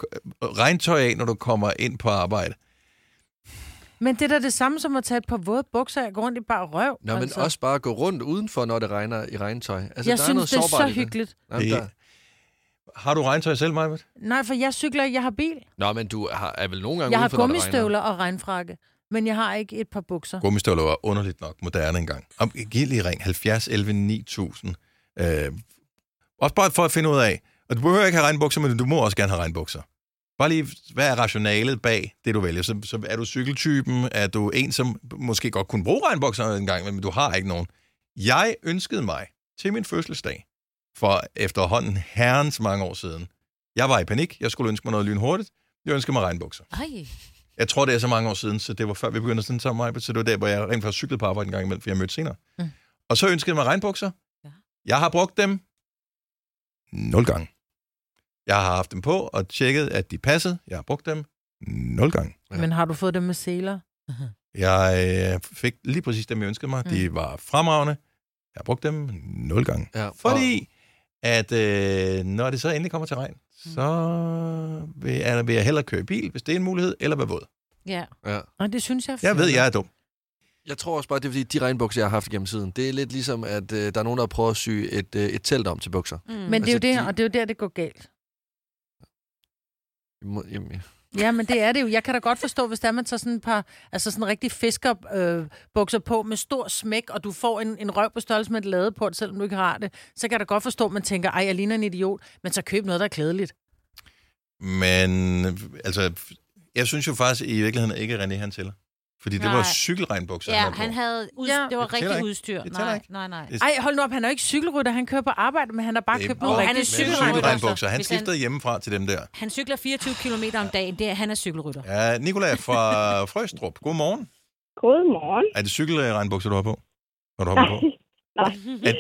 S1: regntøj af, når du kommer ind på arbejde.
S4: Men det er da det samme som at tage et par våde bukser og gå rundt i bare røv.
S3: Nå, men også bare gå rundt udenfor, når det regner i regntøj.
S4: Altså, jeg
S3: der
S4: synes, det er
S3: sårbart
S4: så
S3: i
S4: hyggeligt.
S3: Jamen,
S1: Det-
S3: der...
S1: Har du regntøj selv, Majbert?
S4: Nej, for jeg cykler ikke. Jeg har bil.
S3: Nå, men du har, er vel nogle gange
S4: Jeg har
S3: udenfor, når det
S4: gummistøvler og regnfrakke. Men jeg har ikke et par bukser.
S1: Gummistøvler var underligt nok moderne engang. Om, giv lige ring 70 11 9000. Øh, også bare for at finde ud af, og du behøver ikke have regnbukser, men du må også gerne have regnbukser. Bare lige, hvad er rationalet bag det, du vælger? Så, så er du cykeltypen? Er du en, som måske godt kunne bruge regnbukser en gang, men du har ikke nogen? Jeg ønskede mig til min fødselsdag, for efterhånden herrens mange år siden. Jeg var i panik. Jeg skulle ønske mig noget lynhurtigt. Jeg ønskede mig regnbukser.
S2: Ej.
S1: Jeg tror, det er så mange år siden, så det var før vi begyndte sådan sammen, Majbrit, så det var der, hvor jeg rent faktisk cyklede på arbejde en gang imellem, for jeg mødte senere.
S2: Mm.
S1: Mm. Og så ønskede jeg mig regnbukser. Ja. Jeg har brugt dem nul gange. Jeg har haft dem på og tjekket, at de passede. Jeg har brugt dem nul gange.
S4: Ja. Men har du fået dem med seler?
S1: Jeg øh, fik lige præcis dem, jeg ønskede mig.
S4: Mm.
S1: Mm. De var fremragende. Jeg har brugt dem nul gange.
S3: Ja,
S1: Fordi at øh, når det så endelig kommer til regn, så vil jeg, vil jeg hellere køre i bil, hvis det er en mulighed, eller være våd.
S2: Ja.
S3: Ja.
S4: Og det synes jeg... er
S1: Jeg ved,
S4: fjollet.
S1: jeg er dum.
S3: Jeg tror også bare, det er fordi, de regnbukser, jeg har haft gennem tiden, det er lidt ligesom, at øh, der er nogen, der prøver at sy et, øh, et telt om til bukser.
S4: Men
S1: Altså,
S4: det er jo det, og det er jo der, det går galt. Mm.
S3: Må- Jamen, ja.
S4: Ja, men det er det jo. Jeg kan da godt forstå, hvis der man tager sådan et par, altså sådan rigtig fiskerbukser øh, bukser på med stor smæk, og du får en, en røv på størrelse med et ladeport, selvom du ikke har det, så kan jeg da godt forstå, at man tænker, ej, jeg ligner en idiot, men så køb noget, der er klædeligt.
S1: Men øh, altså, jeg synes jo faktisk i virkeligheden ikke, at René han tæller. Fordi det
S2: Nej.
S1: var cykelregnbukser,
S2: Ja,
S1: havde på.
S2: han havde... Ud... Ja. Det var
S1: tæller
S2: rigtig
S1: ikke.
S2: udstyr.
S1: Det tæller
S2: nej,
S1: ikke.
S2: nej, nej.
S1: Det-
S4: Ej, hold nu op, han er jo ikke cykelrytter, han kører på arbejde, men han har bare
S1: Det
S4: købt nogle
S1: meget-
S4: rigtige
S1: Men cykelregnbukser. Han
S2: Hvis han-
S1: skiftede hjemmefra til dem der.
S2: Han cykler 24 km om dagen. Det er, han er cykelrytter.
S1: Ja, Nikolaj fra Frøstrup, god morgen.
S25: Godmorgen.
S1: Er det cykelregnbukser, du har på? Når du hopper på?
S25: Nej.
S1: Er,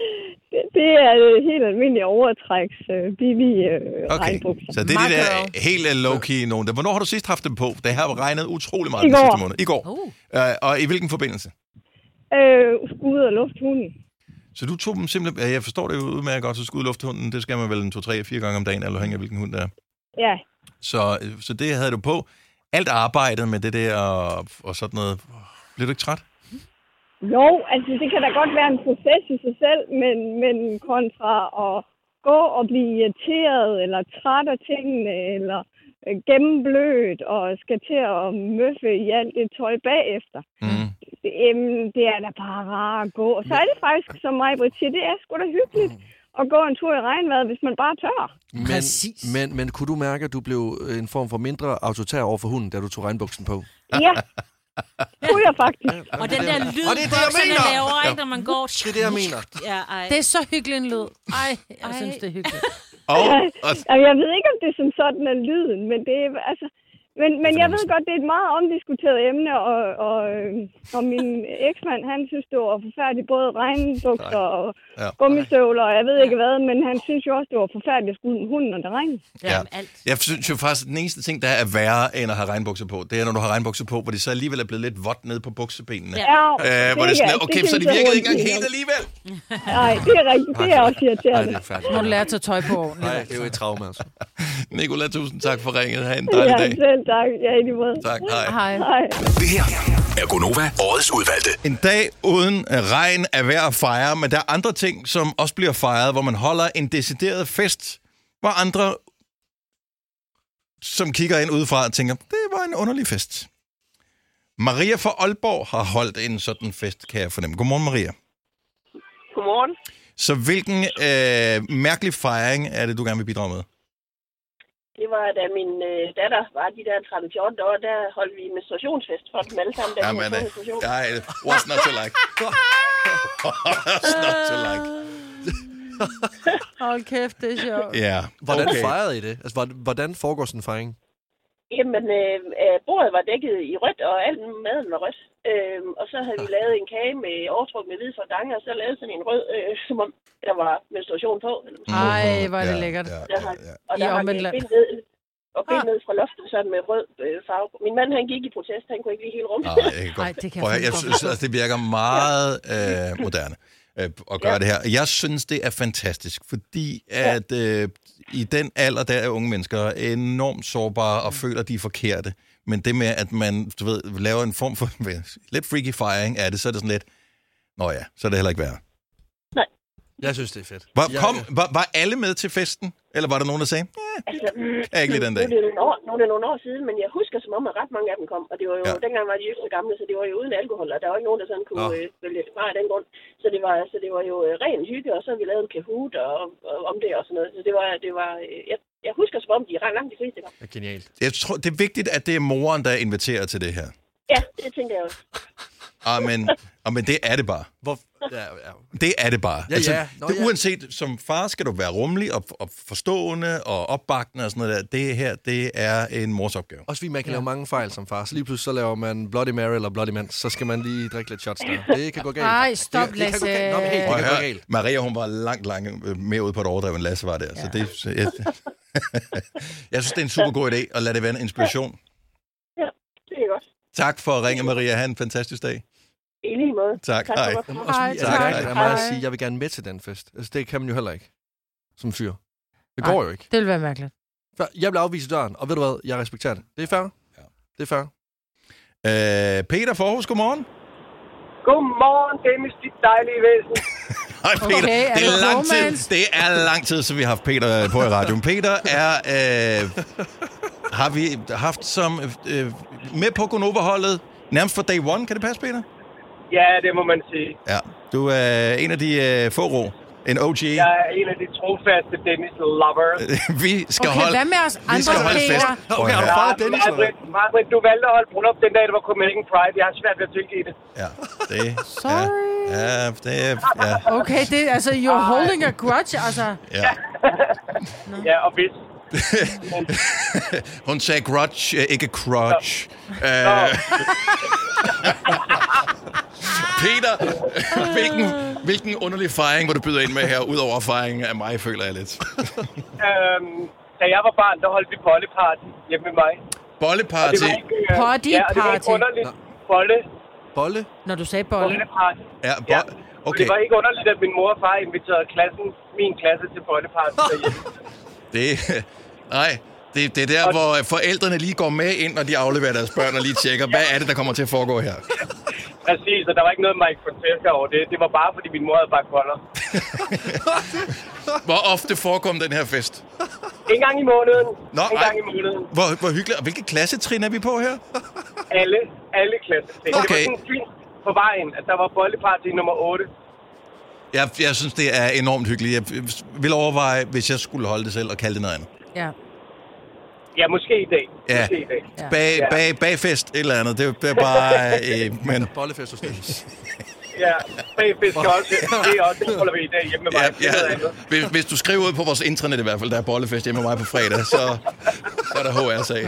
S25: det er øh, helt almindelig overtræks øh, billige øh,
S1: Okay,
S25: regnbukser.
S1: Så det er de der helt øh, low-key nogen. der- Hvornår har du sidst haft dem på? Det har regnet utrolig meget
S25: I
S1: den sidste
S25: går.
S1: måned. I går. Øh, og i hvilken forbindelse?
S25: Øh, ud af lufthunden.
S1: Så du tog dem simpelthen... Ja, jeg forstår det jo udmærket godt, så skud i lufthunden, det skal man vel en 2-3-4 gange om dagen, eller afhængig af hvilken hund det er.
S25: Ja,
S1: Så, øh, så det havde du på. Alt arbejdet med det der og, og sådan noget. Bliver du ikke træt?
S25: Jo, altså det kan da godt være en proces i sig selv, men, men kontra at gå og blive irriteret, eller træt af tingene, eller øh, gennemblødt, og skal til at møffe i alt det tøj bagefter.
S1: Mm.
S25: Det, øhm, det er da bare rart at gå. Og så er det faktisk, som mig siger, det er sgu da hyggeligt at gå en tur i regnvejret, hvis man bare tør.
S3: Men, Præcis. Men, men kunne du mærke, at du blev øh, en form for mindre autoritær over for hunden, da du tog regnbuksen på?
S25: Ja, kunne jeg faktisk.
S6: Og den der lyd,
S4: Og det er det, jeg
S6: bukserne
S4: mener.
S6: laver,
S4: Ja.
S6: ikke, når man går... Det
S3: er det, jeg mener.
S6: Ja, ej.
S4: Det er så hyggelig en lyd. Ej, jeg ej. synes, det er hyggeligt.
S1: Og,
S25: og... Jeg ved ikke, om det er som sådan er lyden, men det er, altså... Men, men jeg ved godt, det er et meget omdiskuteret emne, og, og, øh, og min eksmand, han synes, det var forfærdeligt, både regnbukser og
S1: Ja.
S25: gummistøvler, og jeg ved ikke hvad, men han synes jo også, det var forfærdeligt at skulle ud med hunden, når det regnede.
S1: Ja. Jeg synes jo faktisk, at den eneste ting, der er værre end at have regnbukser på, det er, når du har regnbukser på, hvor de så alligevel er blevet lidt vådt nede på buksebenene.
S25: Ja.
S1: Øh, hvor det er
S25: Det er-
S1: sådan, okay,
S25: det
S1: så de
S25: synes jeg
S1: virkede
S25: er
S1: ikke engang
S25: rundt
S1: helt
S25: i.
S1: alligevel.
S25: Nej, det er rigtigt. Det er også irriterende.
S4: Må du lære at tage tøj på ordentligt.
S3: Nej, det er jo et traume, altså.
S1: Nicola, tusind tak for ringet. Ha' en dejlig dag.
S25: selv tak. Ja, i lige måde.
S1: Tak, hej.
S25: Hej.
S1: Det her er Gonova, årets udvalgte. En dag uden øh, regn er værd at fejre, men der er andre ting, som også bliver fejret, hvor man holder en decideret fest, hvor andre, som kigger ind udefra, tænker, det var en underlig fest. Maria fra Aalborg har holdt en sådan fest, kan jeg fornemme. Godmorgen, Maria.
S9: Godmorgen.
S1: Så hvilken øh, mærkelig fejring er det, du gerne vil bidrage med?
S9: Det var, da min øh, datter var de der 13-14 år, der holdt vi en menstruationsfest for dem alle sammen. Der
S1: Jamen, øh,
S9: menstruation.
S1: nej, what's not to like? what's not to like?
S4: Hold kæft, det er sjovt.
S1: Ja,
S3: Hvordan
S1: okay.
S3: fejrede I det? Altså, hvordan- hvordan foregår sådan en fejring?
S9: Jamen, øh, øh, bordet var dækket i rødt, og alt maden var rødt. Øh, og så havde vi lavet en kage med overtruk med hvid fordange, og så lavede sådan en rød, øh, som om der var menstruation på. Eller,
S1: Mm.
S4: Ej, hvor er det lækkert.
S9: der har, Og
S4: I
S9: der har vi
S4: omvendt land.
S9: bind ned, og
S1: Ah.
S9: bind ned fra loftet sådan med rød øh, farve. Min mand, han gik i protest, han kunne ikke lide hele rummet.
S1: Nej, Ah, jeg kan godt.
S9: det
S1: Prøv at høre, jeg synes, altså, det virker meget øh, moderne øh, at gøre
S9: Ja.
S1: det her. Jeg synes, det er fantastisk, fordi at øh, i den alder, der er unge mennesker enormt sårbare og føler, de er forkerte. Men det med, at man du ved, laver en form for lidt freaky firing af det, så er det sådan lidt, nå ja, så er det heller ikke værre.
S3: Jeg synes, det er fedt.
S1: Var, kom, var, var alle med til festen? Eller var der nogen, der sagde,
S9: Altså,
S1: Jeg er ikke lige den dag.
S9: Nu er, det nogle år, nu er det nogle år siden, men jeg husker som om, at ret mange af dem kom. Og det var jo,
S1: Ja.
S9: ja. dengang var de jo ikke så gamle, så det var jo uden alkohol, og der var ikke nogen, der sådan kunne
S1: Nå.
S9: øh, vælge det fra af den grund. Så det var, så det var jo øh, ren hygge, og så vi lavede en kahoot og, og, om det og sådan noget. Så det var, det var øh, jeg, jeg husker som om, de ret langt de fleste kom.
S3: Det er genialt.
S1: jeg tror, det er vigtigt, at det er moren, der inviterer til det her.
S9: Ja, det tænker jeg også.
S1: Amen. Amen, ah, det er det bare.
S3: Hvor... Ja, ja.
S1: Det er det bare. Altså,
S3: Ja, ja. Nå,
S1: det,
S3: ja.
S1: Uanset, som far skal du være rummelig og, og forstående og opbakende og sådan noget der. Det her, det er en mors opgave.
S3: Også fordi man kan lave mange fejl som far. Så lige pludselig så laver man Bloody Mary eller Bloody Man, så skal man lige drikke lidt shots der. Det kan gå galt.
S4: Ej, stop,
S3: det, det kan
S4: Lasse.
S3: gå galt. Nå, men helt,
S1: Prøv
S3: det
S1: at
S3: kan
S1: høre,
S3: gå galt.
S1: Maria, hun var langt, langt øh, mere ude på et overdrev, end Lasse var der. Ja. Så det, så jeg, jeg synes, det er en super god idé at lade det være en inspiration.
S9: Ja, det er godt.
S1: Tak for at ringe, Maria. Ha' en fantastisk dag.
S9: I lige måde.
S1: Tak, hej.
S9: for
S1: Jamen,
S9: godt
S1: også
S9: program.
S1: vi-
S3: Jeg
S1: Tak.
S3: kan ikke lade mig at
S1: Hej.
S3: sige, jeg vil gerne med til den fest. Altså, det kan man jo heller ikke. Som fyr. Det går jo ikke.
S4: Det vil være mærkeligt.
S3: Jeg bliver afvist i døren, og ved du hvad? Jeg respekterer det. Det er fair. Ja. Det er fair.
S1: Øh, Peter Forhus, godmorgen.
S26: Godmorgen, Dennis, dit dejlige væsen.
S1: Hej, Peter.
S26: Okay, er
S1: det, er
S26: det
S1: lang
S26: bromance?
S1: tid, det er lang tid, siden vi har haft Peter øh, på i radioen. Peter er... Øh, har vi haft som øh, med på Gonova-holdet nærmest fra day one. Kan det passe, Peter?
S26: Ja, det må man sige.
S1: Ja. Du er en af de øh, få ro. En OG.
S26: Jeg er en af de trofaste Dennis lover.
S1: Øh, vi skal
S26: Okay,
S1: holde...
S26: hvad med os
S1: vi skal
S26: andre,
S1: holde
S26: Peter?
S1: fest.
S26: Okay,
S1: Prøv at
S26: har du
S1: høre.
S26: faret Dennis, eller hvad? Margaret, du valgte at holde bryllup den dag, det var Copenhagen Pride. Jeg har svært ved at tilgive det.
S1: Ja, det... Sorry. Ja, det er... Ja.
S4: Okay, det er altså, you're holding a grudge, altså.
S1: ja.
S26: Ja, og hvis.
S1: Hun sagde grudge, øh, ikke crutch. Øh, Peter, hvilken, hvilken underlig fejring, hvor du byder ind med her, udover fejringen af mig, føler jeg lidt.
S26: Øhm, da jeg var barn, der holdt vi bolleparty hjemme med mig.
S1: Bolleparty?
S26: Potty øh, ja, og det var ikke
S4: Pottyparty.
S26: underligt. Bolle.
S1: Bolle?
S4: Når du sagde bolle.
S26: Bolleparty.
S1: Ja, bo-
S26: Okay. Det var ikke underligt, at min mor og far inviterede klassen, min klasse til bolleparty derhjemme.
S1: Det, nej, det, det er der, hvor øh, forældrene lige går med ind, når de afleverer deres børn og lige tjekker, hvad er det, der kommer til at foregå her.
S26: Præcis, og der var ikke noget Mike Fonseca over det. Det var bare, fordi min mor havde bagt boller.
S1: Hvor ofte forekom den her fest?
S26: En gang i måneden.
S1: Nå,
S26: en gang
S1: ej.
S26: i måneden.
S1: Hvor, hvor hyggeligt. Og hvilke klassetrin er vi på her?
S26: Alle, alle klassetrin. Okay. Det var
S1: Okay.
S26: sådan fint på vejen, at der var bolleparty nummer 8.
S1: Jeg, jeg synes, det er enormt hyggeligt. Jeg vil overveje, hvis jeg skulle holde det selv og kalde det noget andet.
S4: Ja.
S26: Ja, måske i dag.
S1: Ja.
S26: Måske i dag.
S1: Bag,
S26: ja.
S1: bag, bagfest, et eller andet. Det, det er bare... Øh, men,
S3: Bollefest hos Niels.
S26: Ja, bagfisk er også. Det er også, det holder vi i dag hjemme med mig.
S1: ja,
S26: Det
S1: ja,
S26: er noget andet.
S1: hvis, hvis du skriver ud på vores intranet i hvert fald, der er bollefest hjemme med mig på fredag, så, så er der HR-sag.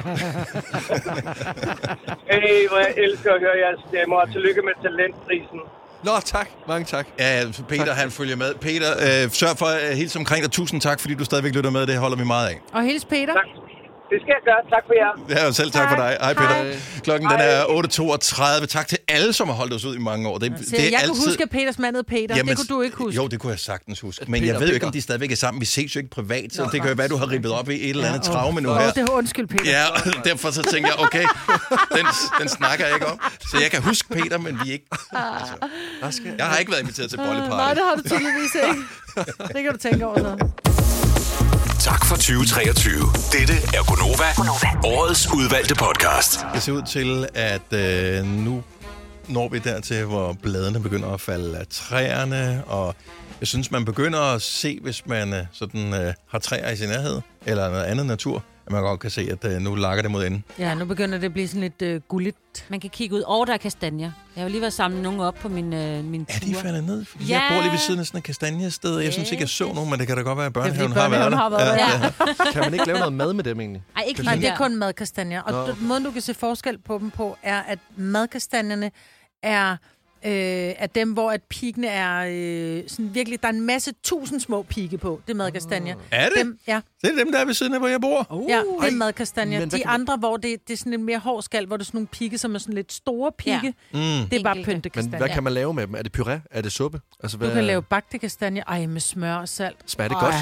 S26: Hey, hvor jeg elsker at høre jeres stemmer, og tillykke med talentprisen.
S3: Nå, tak. Mange tak.
S1: Ja, Peter, tak. han følger med. Peter, øh, sørg for at hilse omkring dig. Tusind tak, fordi du stadigvæk lytter med. Det holder vi meget af.
S4: Og hils Peter. Tak.
S26: Det skal jeg gøre. Tak for jer.
S1: Ja, og selv tak, for dig. Hej, Peter.
S4: Hej.
S1: Klokken den er 8.32. Tak til alle, som har holdt os ud i mange år. Det,
S4: Så jeg kunne huske, at Peters mand hed Peter. det kunne du ikke huske.
S1: Jo, det kunne jeg sagtens huske. Men
S4: Peter
S1: jeg ved jo ikke,
S4: Picker.
S1: om de stadigvæk er sammen. Vi ses jo ikke privat, så
S4: Nå,
S1: Nå, det kan jo være, du har ribbet op i et eller andet ja, traume nu
S4: åh,
S1: her.
S4: det er undskyld, Peter.
S1: Ja, og derfor så tænker jeg, okay, den, den snakker jeg ikke om. Så jeg kan huske Peter, men vi er ikke... Altså, jeg har ikke været inviteret til bolleparty.
S4: Øh, Nej, det har du tydeligvis ikke. Det kan du tænke over så.
S8: Tak for 2023. Dette er Gonova, årets udvalgte podcast.
S1: Det ser ud til, at øh, nu når vi dertil, hvor bladene begynder at falde af træerne, og jeg synes, man begynder at se, hvis man øh, sådan, øh, har træer i sin nærhed, eller noget andet natur, at man godt kan se, at øh, nu lakker det mod enden.
S4: Ja, nu begynder det at blive sådan lidt øh, gulligt.
S2: Man kan kigge ud over, der er kastanjer. Jeg har lige været samlet nogle op på min, øh, min tur. Er
S1: de faldet ned? Fordi Jeg bor lige ved siden af sådan et kastanjested, og jeg synes ikke, jeg så nogen, men det kan da godt være, at børnehaven, har været der.
S3: ja. Kan man ikke lave noget mad med dem egentlig?
S4: Ej, ikke
S3: Kan
S4: Nej,
S3: man-
S4: det er kun madkastanjer. Og
S3: Nå,
S4: Nå.
S3: okay.
S4: måden, du kan se forskel på dem på, er, at madkastanjerne er, øh, er dem, hvor at pigene er øh, sådan virkelig... Der er en masse tusind små pigge på. Det er madkastanjer.
S3: Ah.
S1: Er det?
S4: Dem, ja.
S1: Det er dem, der er ved siden af, hvor jeg bor.
S4: Uh, ja, det er madkastanjer.
S1: Men hvad
S4: De
S1: kan man-
S4: andre, hvor det, det er sådan en mere hård skal, hvor det er sådan nogle pigge, som er sådan lidt store pigge.
S3: Mm.
S4: Det er bare
S3: Men
S4: pyntekastanjer.
S3: hvad kan man lave med dem? Er det puré? Er det suppe? Altså, hvad...
S4: Du kan lave bagte kastanjer. Ej, med smør og salt.
S3: Smager det
S4: Ej.
S3: godt?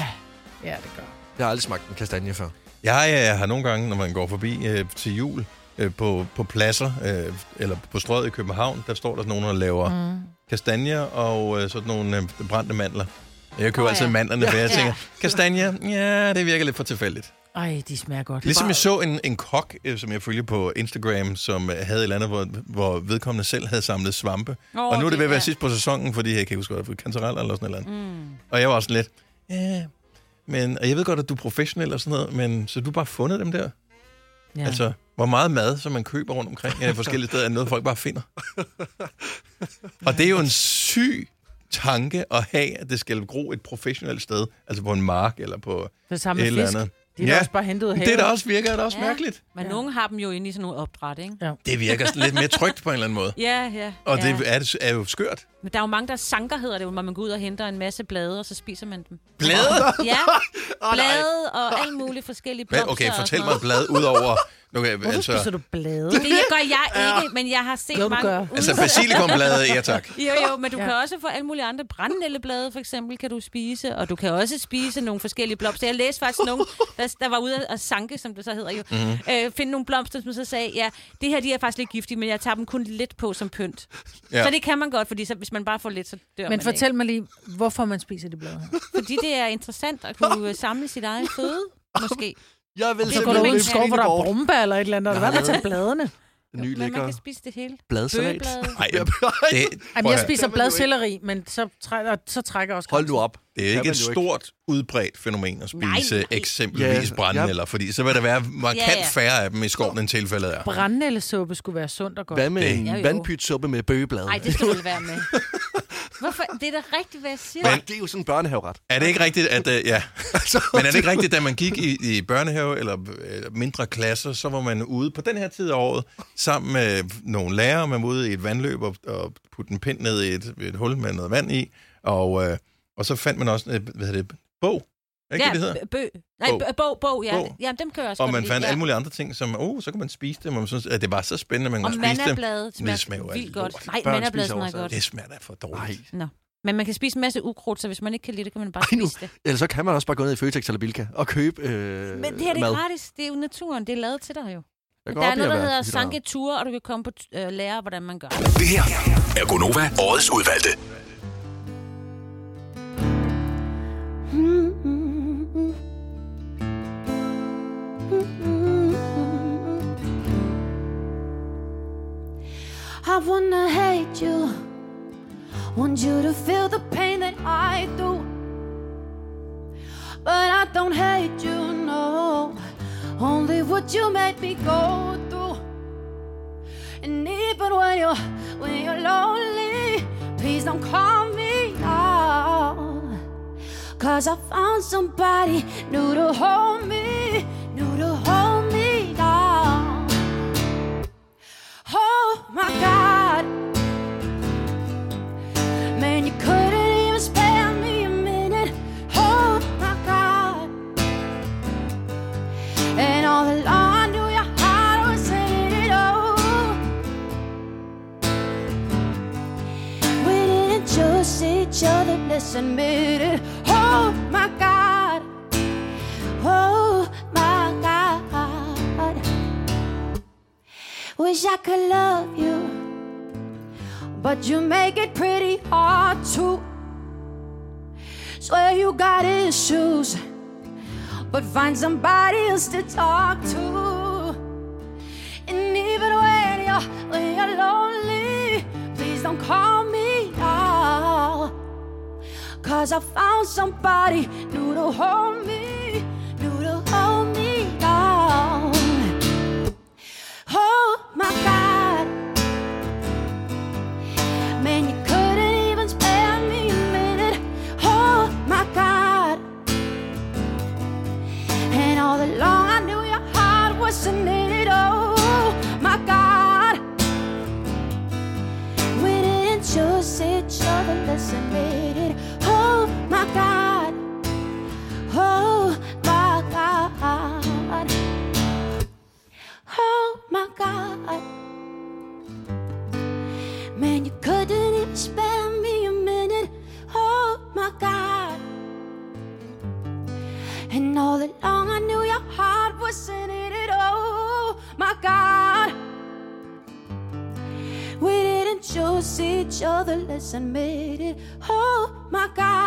S4: Ja, det gør.
S3: Jeg har aldrig smagt en kastanje før.
S1: Jeg, jeg har nogle gange, når man går forbi øh, til jul øh, på, på pladser, øh, eller på strøget i København, der står der sådan nogen, der laver mm. kastanjer og øh, sådan nogle øh, brændte mandler. Jeg køber oh,
S4: Åh,
S1: altid
S4: ja.
S1: mandlerne, for jeg
S4: Ja.
S1: tænker, kastanjer, ja, det virker lidt for tilfældigt.
S4: Ej, de smager godt.
S1: Ligesom jeg så en, en kok, øh, som jeg følger på Instagram, som øh, havde et eller andet, hvor, hvor vedkommende selv havde samlet svampe.
S9: Åh,
S1: Oh, og nu er det
S9: det-
S1: ved at være
S9: ja.
S1: sidst på sæsonen, fordi jeg kan ikke huske, hvad det var, kantarel eller sådan et eller andet.
S9: Mm.
S1: Og jeg var også sådan lidt, ja, men, og jeg ved godt, at du er professionel og sådan noget, men så har du bare fundet dem der? Ja. Altså, hvor meget mad, som man køber rundt omkring i forskellige steder, er noget, folk bare finder. og det er jo en syg tanke at have, at det skal gro et professionelt sted, altså på en mark eller på
S4: Det samme
S1: et
S4: med
S1: eller
S4: fisk.
S1: andet.
S4: De er da også bare hentet af
S1: Det er da
S4: havet.
S1: også virker, er da også ja. mærkeligt.
S2: Men ja. nogen har dem jo inde i sådan nogle opdræt, ikke?
S4: Ja.
S1: Det virker sådan lidt mere trygt på en eller anden måde.
S2: Ja, ja.
S1: Og
S2: ja.
S1: det er, det er jo skørt.
S2: Men der er jo mange, der sanker, hedder det, jo, hvor man går ud og henter en masse blade, og så spiser man dem.
S1: Blade?
S2: Ja,
S1: nej.
S2: blade og alt muligt forskellige
S1: Hvad?
S2: blomster.
S1: Okay,
S2: og
S1: fortæl
S2: sådan
S1: mig
S2: noget.
S1: et blad ud over... Okay, Hvorfor altså,
S4: spiser du blade?
S2: Det gør jeg ikke, men jeg har set
S4: Jo, du
S2: mange...
S4: gør.
S1: Altså basilikumblade, ja tak.
S2: Jo, jo, men du
S4: Ja.
S2: ja. kan også få alle mulige andre brændnælleblade, for eksempel, kan du spise. Og du kan også spise nogle forskellige blomster. Jeg læste faktisk nogen, der, der var ude at sanke, som det så hedder jo.
S14: Mhm.
S2: Mm-hmm. Øh, finde nogle blomster, som så sagde, ja, det her de er faktisk lidt giftige, men jeg tager dem kun lidt på som pynt.
S4: Ja.
S2: Ja. Så det kan man godt, fordi så, hvis man bare får lidt, så dør
S4: Men
S2: man
S4: fortæl
S2: ikke.
S4: mig lige, hvorfor man spiser de blade.
S2: Fordi det er interessant at kunne øh, samle sit eget føde, måske.
S3: Jeg
S4: Så går du ud i en skov, hvor der er brumbær eller et eller andet. og Hvad med at tage bladene?
S3: Ny
S2: Men man
S3: lækker
S2: kan spise det hele.
S3: bladsalat.
S2: Bøgeblade.
S1: Ej, det,
S4: Jamen, jeg spiser bladcelleri, men så, træ, og så trækker jeg også
S1: Hold nu
S3: op.
S1: Det er jo ikke
S3: Kan
S1: et
S3: man jo
S1: stort udbredt fænomen at
S4: Nej,
S1: spise
S4: nej.
S1: eksempelvis
S3: Ja,
S1: brændenælder, fordi så vil der være markant
S4: Ja, ja.
S1: færre af dem i skoven, end tilfældet er.
S4: Brændnældesuppe skulle være sundt og godt.
S3: Hvad med
S4: Ja,
S3: en
S4: jo.
S3: vandpytsuppe med bøgeblade?
S4: Ej,
S2: det skal du lade være med. Hvorfor? Det er da rigtigt, hvad jeg siger.
S3: Men det er jo sådan en børnehaveret.
S1: Er det ikke rigtigt, at... Uh, ja. Men er det ikke rigtigt, at man gik i, i børnehave eller øh, mindre klasser, så var man ude på den her tid af året sammen med nogle lærere. Man var ude i et vandløb og, og putte en pind ned i et, et hul med noget vand i. Og, øh, og så fandt man også, øh, hvad hedder det, bog. Er ikke
S2: ja,
S1: det, det hedder?
S2: b- bø. Nej,
S1: Bog.
S2: bog, bog, bog ja.
S1: Bog.
S2: Bog. Jamen, dem kører jeg også
S1: Og
S2: godt
S1: man
S2: lide,
S1: fandt
S2: ja.
S1: alle mulige andre ting, som, oh, så kan man spise dem, og man synes, at det var så spændende, at man
S2: Og
S1: kunne spise dem.
S2: mandabladet
S1: Men det smager
S2: smager
S1: jo
S2: vildt
S1: alt
S2: godt.
S1: lort.
S2: Nej, Børn mandabladet spiser smager også godt. alt.
S1: Det smager da for dårligt.
S2: Nå. Men man kan spise en masse ukrudt, så hvis man ikke kan lide det, kan man bare spise det.
S3: Eller så kan man også bare gå ned i Føtex eller Bilka og købe øh,
S2: Men det her det
S3: mad.
S2: er gratis. Det er jo naturen. Det er lavet til dig jo.
S3: Jeg
S2: Der
S3: går op
S2: er
S3: i
S2: noget, der
S3: at være
S2: hedder
S3: vegetar.
S2: sanke ture, og du kan komme på t- øh, lære, hvordan man gør.
S8: Det her er Gonova, årets udvalgte.
S16: I wanna hate you. Want you to feel the pain that I do. But I don't hate you, no. Only what you made me go through. And even when you're, when you're lonely, please don't call me now. Cause I found somebody new to hold me, new to hold me down. Oh my god. Man, you couldn't even spare me a minute. Oh my god. And all along I knew your heart was in it. Oh, we didn't choose each other, let's admit it. Oh my god. Oh my god. Wish I could love you, but you make it pretty hard to. Swear you got issues, but find somebody else to talk to. And even when you're, when you're lonely, please don't call me now. Cause I found somebody new to hold me, new to hold me down. Oh my god. Man, you couldn't even spare me a minute. Oh my god. And all along I knew your heart wasn't in it. Oh my god. We didn't choose each other, let's admit it. Oh my god. Oh my god. Oh my god. Man, you couldn't even spare me a minute. Oh my god. And all along I knew your heart wasn't in it. Oh my god. We didn't choose each other, let's admit it. Oh my god. Oh